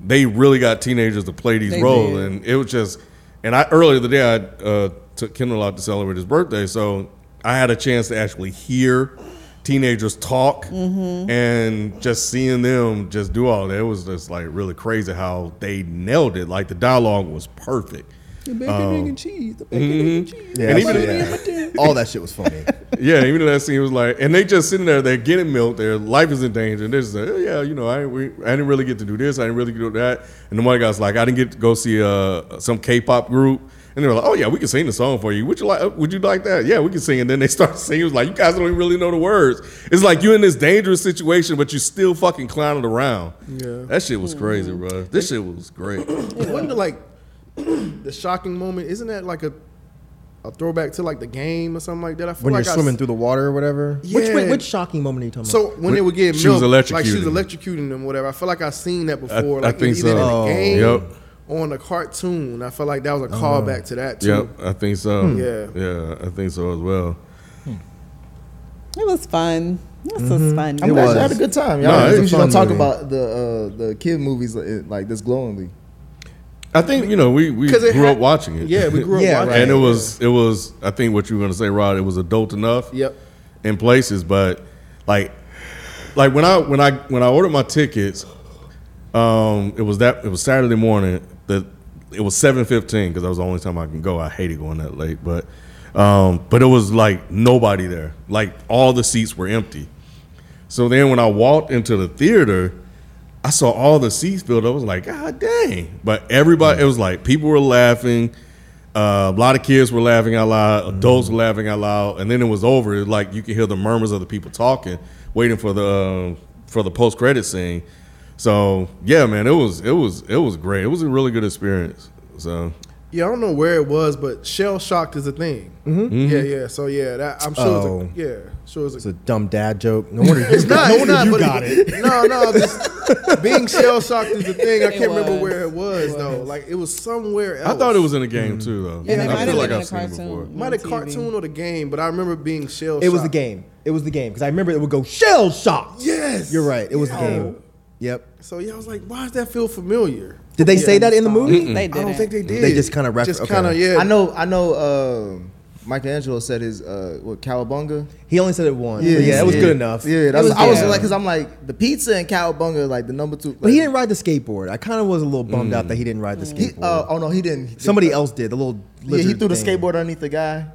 [SPEAKER 1] they really got teenagers to play these
[SPEAKER 3] They
[SPEAKER 1] roles,
[SPEAKER 3] did.
[SPEAKER 1] and it was just. And I earlier the day I uh, took Kendall out to celebrate his birthday, so I had a chance to actually hear teenagers talk
[SPEAKER 3] Mm-hmm.
[SPEAKER 1] and just seeing them just do all that. It was just like really crazy how they nailed it. Like the dialogue was perfect.
[SPEAKER 3] The bacon, egg, and cheese. The bacon, egg, and cheese.
[SPEAKER 4] Yeah,
[SPEAKER 1] And
[SPEAKER 4] that
[SPEAKER 1] even-
[SPEAKER 4] shit- all that shit was funny.
[SPEAKER 2] Oh
[SPEAKER 1] Yeah, even though that scene was like, and they just sitting there, they're getting milk, their life is in danger, and they're just like, "Oh, yeah, you know, I ain't we, I didn't really get to do this, I didn't really get to do that, and the one guy's like, I didn't get to go see uh some K-pop group, and they were like, oh yeah, we can sing the song for you. Would you like? uh, Would you like that? Yeah, we can sing. And then they start singing. It was like, you guys don't even really know the words. It's like you're in this dangerous situation, but you still fucking clowning around.
[SPEAKER 5] Yeah.
[SPEAKER 1] that shit
[SPEAKER 5] Hmm.
[SPEAKER 1] was crazy, bro. This shit was great.
[SPEAKER 5] wasn't it like the shocking moment? Isn't that like a a throwback to like the game or something like that. I feel
[SPEAKER 4] when
[SPEAKER 5] like
[SPEAKER 4] you're
[SPEAKER 5] I
[SPEAKER 4] swimming
[SPEAKER 5] s-
[SPEAKER 4] through the water or whatever. Which, which
[SPEAKER 5] Yeah.
[SPEAKER 4] which shocking moment are you talking
[SPEAKER 5] So
[SPEAKER 4] about?
[SPEAKER 5] when they would get
[SPEAKER 1] She was
[SPEAKER 5] milk, like she was
[SPEAKER 1] electrocuting.
[SPEAKER 5] electrocuting them, whatever. I feel like I seen that
[SPEAKER 1] I-
[SPEAKER 5] before,
[SPEAKER 1] I
[SPEAKER 5] like
[SPEAKER 1] think
[SPEAKER 5] either in
[SPEAKER 1] so.
[SPEAKER 5] a game
[SPEAKER 1] Yep.
[SPEAKER 5] or in a cartoon. I feel like that was a callback to that too.
[SPEAKER 1] Yep, I think so.
[SPEAKER 5] Yeah.
[SPEAKER 1] yeah, I think so as well.
[SPEAKER 3] It was fun. This was fun.
[SPEAKER 2] I'm
[SPEAKER 4] It
[SPEAKER 2] glad
[SPEAKER 4] was.
[SPEAKER 2] you had a good time. Y'all,
[SPEAKER 1] No, it
[SPEAKER 2] no,
[SPEAKER 1] was a
[SPEAKER 2] we should
[SPEAKER 4] fun
[SPEAKER 2] don't talk
[SPEAKER 4] movie.
[SPEAKER 2] about the uh, the kid movies like, like this glowingly.
[SPEAKER 1] I think you know we we
[SPEAKER 5] 'Cause it
[SPEAKER 1] grew up
[SPEAKER 5] had-
[SPEAKER 1] watching it.
[SPEAKER 5] Yeah, we grew up
[SPEAKER 4] Yeah,
[SPEAKER 5] watching
[SPEAKER 4] right.
[SPEAKER 1] and it was it was I think what you were gonna say, Rod. It was adult enough.
[SPEAKER 5] Yep.
[SPEAKER 1] In places, but like like when I when I when I ordered my tickets, um, it was that it was Saturday morning. That it was seven fifteen because that was the only time I can go. I hated going that late, but um, but it was like nobody there. Like all the seats were empty. So then when I walked into the theater, I saw all the seats filled. I was like, God dang. But everybody, it was like people were laughing. Uh, a lot of kids were laughing out loud. Adults were laughing out loud. And then it was over. It was like you could hear the murmurs of the people talking, waiting for the uh, for the post credit scene. So yeah, man, it was it was it was great. It was a really good experience. So
[SPEAKER 5] Yeah, I don't know where it was, but shell shocked is a thing. Yeah, yeah. So yeah, that I'm sure.
[SPEAKER 4] Mm-hmm. Oh.
[SPEAKER 5] It's a, yeah, sure. It's
[SPEAKER 4] It's
[SPEAKER 5] a,
[SPEAKER 4] a dumb dad joke. No wonder
[SPEAKER 5] it's
[SPEAKER 4] you
[SPEAKER 5] not.
[SPEAKER 4] no
[SPEAKER 5] it's
[SPEAKER 4] wonder
[SPEAKER 5] not,
[SPEAKER 4] you
[SPEAKER 5] but
[SPEAKER 4] got it.
[SPEAKER 5] No, no. Just being shell shocked is a thing. I can't remember
[SPEAKER 3] was.
[SPEAKER 5] where it was, though. Like it was somewhere else.
[SPEAKER 1] I thought it was in a game too, though.
[SPEAKER 3] And it
[SPEAKER 1] I
[SPEAKER 3] might have been in a
[SPEAKER 1] it
[SPEAKER 3] cartoon.
[SPEAKER 1] before.
[SPEAKER 5] might
[SPEAKER 3] on
[SPEAKER 5] have
[SPEAKER 3] TV.
[SPEAKER 5] cartoon or the game, but I remember being shell.
[SPEAKER 4] It was the game. It was the game because I remember it would go shell shocked.
[SPEAKER 5] Yes.
[SPEAKER 4] You're right. It was the
[SPEAKER 5] Yeah.
[SPEAKER 4] game. Yep.
[SPEAKER 5] So yeah, I was like, why does that feel familiar?
[SPEAKER 4] Did they say that in the movie?
[SPEAKER 3] They
[SPEAKER 5] I
[SPEAKER 3] did.
[SPEAKER 5] don't think they did.
[SPEAKER 4] They just kinda ref-
[SPEAKER 5] just
[SPEAKER 4] okay.
[SPEAKER 5] kind of yeah.
[SPEAKER 2] I know, I know. Uh, Michelangelo said his uh, what Cowabunga.
[SPEAKER 4] He only said it once. Yeah, yeah, it was good enough.
[SPEAKER 2] Yeah, that's,
[SPEAKER 3] was
[SPEAKER 2] I was
[SPEAKER 3] good.
[SPEAKER 2] like, because I'm like the pizza and Cowabunga, are, like the number two.
[SPEAKER 4] But he didn't ride the skateboard. I kind of was a little bummed out that he didn't ride the
[SPEAKER 2] He,
[SPEAKER 4] skateboard.
[SPEAKER 2] uh, oh no, he didn't.
[SPEAKER 4] Somebody else did. The little
[SPEAKER 2] Yeah, he
[SPEAKER 4] lizard
[SPEAKER 2] threw the
[SPEAKER 4] thing.
[SPEAKER 2] skateboard underneath the guy.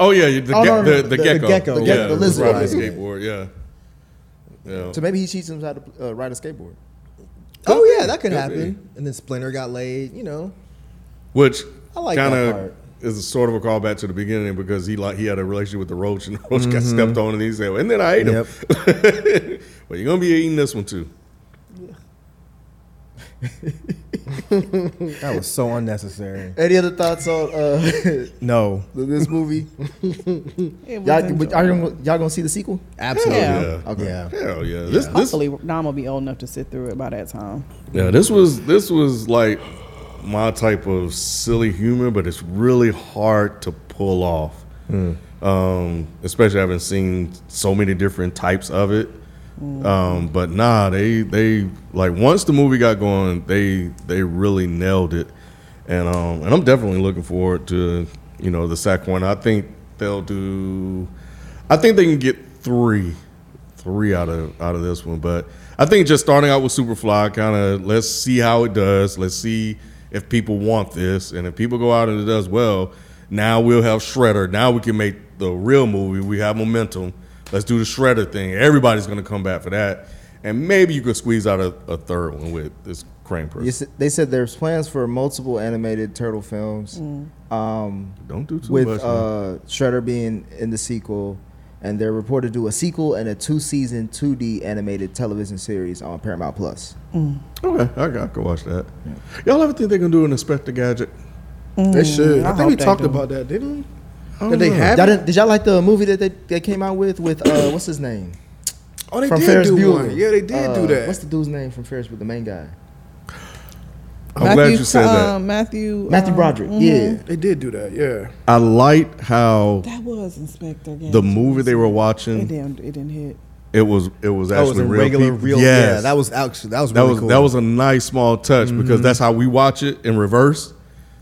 [SPEAKER 1] Oh yeah, the,
[SPEAKER 2] Oh,
[SPEAKER 1] ge-
[SPEAKER 2] no, no,
[SPEAKER 1] the,
[SPEAKER 2] the-
[SPEAKER 1] the
[SPEAKER 2] the
[SPEAKER 1] gecko,
[SPEAKER 4] gecko.
[SPEAKER 2] The
[SPEAKER 1] yeah,
[SPEAKER 2] gecko, the
[SPEAKER 1] it was
[SPEAKER 2] lizard.
[SPEAKER 1] riding the skateboard, yeah. yeah.
[SPEAKER 2] So maybe he teaches him how to uh, ride a skateboard.
[SPEAKER 4] Oh yeah, that could
[SPEAKER 1] Could
[SPEAKER 4] happen. And then Splinter got laid. You know,
[SPEAKER 1] which
[SPEAKER 4] I like that
[SPEAKER 1] kind
[SPEAKER 4] part.
[SPEAKER 1] of is a sort of a callback to the beginning because he like he had a relationship with the roach and the roach got stepped on and he said, and then I ate him. well, you're gonna be eating this one too.
[SPEAKER 4] that was so unnecessary.
[SPEAKER 2] Any other thoughts on uh,
[SPEAKER 4] No,
[SPEAKER 2] this movie?
[SPEAKER 3] It was
[SPEAKER 2] Y'all,
[SPEAKER 3] enjoyable.
[SPEAKER 2] but y'all, gonna, y'all gonna see the sequel?
[SPEAKER 4] absolutely.
[SPEAKER 3] Yeah.
[SPEAKER 2] Okay.
[SPEAKER 4] Yeah.
[SPEAKER 1] Hell yeah. This this
[SPEAKER 3] Hopefully, Nam will be old enough to sit through it by that time.
[SPEAKER 1] yeah this was this was like my type of silly humor, but it's really hard to pull off. Um, especially having seen so many different types of it. Um, but nah, they they like once the movie got going, they they really nailed it, and um and I'm definitely looking forward to you know the second one. I think they'll do, I think they can get three, three out of out of this one. But I think just starting out with Superfly, kind of let's see how it does. Let's see if people want this, and if people go out and it does well, now we'll have Shredder. Now we can make the real movie. We have momentum. Let's do the Shredder thing. Everybody's gonna come back for that, and maybe you could squeeze out a, a third one with this Crane person.
[SPEAKER 2] You s- they said there's plans for multiple animated turtle films, um,
[SPEAKER 1] Don't do too
[SPEAKER 2] with
[SPEAKER 1] much. man.
[SPEAKER 2] uh, Shredder being in the sequel, and they're reported to do a sequel and a two-season 2D animated television series on Paramount Plus.
[SPEAKER 1] okay, I, I could watch that. Y'all ever think they're gonna do an Inspector Gadget?
[SPEAKER 5] they should.
[SPEAKER 3] I
[SPEAKER 5] I,
[SPEAKER 3] hope
[SPEAKER 5] think we
[SPEAKER 3] they
[SPEAKER 5] talked
[SPEAKER 3] do.
[SPEAKER 5] about that, didn't we?
[SPEAKER 1] I
[SPEAKER 5] That they
[SPEAKER 1] don't know.
[SPEAKER 5] have.
[SPEAKER 2] Y'all didn't, did y'all like the movie that they, they came out with with uh, what's his name
[SPEAKER 5] oh, they
[SPEAKER 2] from
[SPEAKER 5] did
[SPEAKER 2] Ferris
[SPEAKER 5] do
[SPEAKER 2] Bueller?
[SPEAKER 5] one. Yeah, they did
[SPEAKER 2] Uh,
[SPEAKER 5] do that.
[SPEAKER 2] What's the dude's name from Ferris Bueller, the main guy?
[SPEAKER 1] I'm glad you said that.
[SPEAKER 3] um, Matthew.
[SPEAKER 2] Matthew
[SPEAKER 3] um,
[SPEAKER 2] Broderick. Yeah.
[SPEAKER 5] they did do that. Yeah.
[SPEAKER 1] I liked how
[SPEAKER 3] That was Inspector. Gadget.
[SPEAKER 1] the movie they were
[SPEAKER 3] It
[SPEAKER 1] watching
[SPEAKER 3] didn't. It didn't hit.
[SPEAKER 1] it was it was
[SPEAKER 4] That
[SPEAKER 1] actually
[SPEAKER 4] was a
[SPEAKER 1] real
[SPEAKER 4] regular,
[SPEAKER 1] people.
[SPEAKER 4] real.
[SPEAKER 1] Yes.
[SPEAKER 4] Yeah, that was actually that was
[SPEAKER 1] that
[SPEAKER 4] really
[SPEAKER 1] was
[SPEAKER 4] cool. Mm-hmm.
[SPEAKER 1] that was a nice small touch because that's how we watch it in reverse.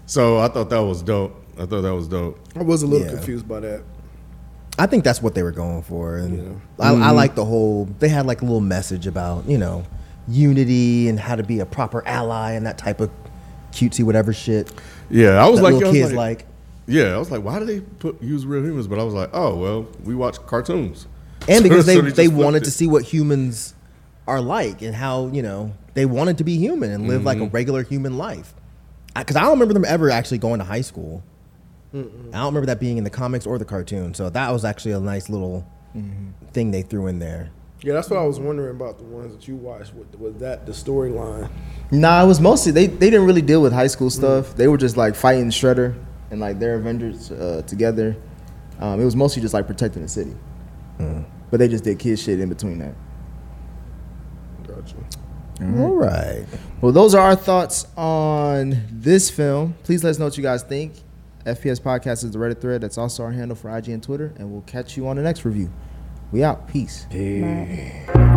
[SPEAKER 1] So I thought that was dope. I thought that was dope.
[SPEAKER 5] I was a little
[SPEAKER 4] Yeah.
[SPEAKER 5] confused by that.
[SPEAKER 4] I think that's what they were going for, and I,
[SPEAKER 1] Mm-hmm.
[SPEAKER 4] I like the whole. They had like a little message about you know unity and how to be a proper ally and that type of cutesy whatever shit.
[SPEAKER 1] Yeah, I was
[SPEAKER 4] That
[SPEAKER 1] like,
[SPEAKER 4] little
[SPEAKER 1] I was
[SPEAKER 4] kids like,
[SPEAKER 1] yeah, I was like, why do they put use real humans? But I was like, oh well, we watch cartoons,
[SPEAKER 4] and because they
[SPEAKER 1] So just
[SPEAKER 4] they
[SPEAKER 1] flipped
[SPEAKER 4] wanted
[SPEAKER 1] it.
[SPEAKER 4] to see what humans are like and how you know they wanted to be human and live like a
[SPEAKER 1] Mm-hmm.
[SPEAKER 4] regular human life. Because I, don't remember them ever actually going to high school. I don't remember that being in the comics or the cartoon. So that was actually a nice little
[SPEAKER 1] Mm-hmm.
[SPEAKER 4] thing they threw in there.
[SPEAKER 5] Yeah, that's what I was wondering about the ones that you watched. With, was that the storyline?
[SPEAKER 2] Nah, it was mostly they. They didn't really deal with high school stuff. They were just like fighting Shredder and like their Avengers uh, together. Um, it was mostly just like protecting the city, but they just did kid shit in between that.
[SPEAKER 5] Gotcha.
[SPEAKER 4] All right.
[SPEAKER 2] Well, those are our thoughts on this film. Please let us know what you guys think. FPS Podcast is the Reddit thread. That's also our handle for IG and Twitter. And we'll catch you on the next review. We out. Peace.
[SPEAKER 3] Right.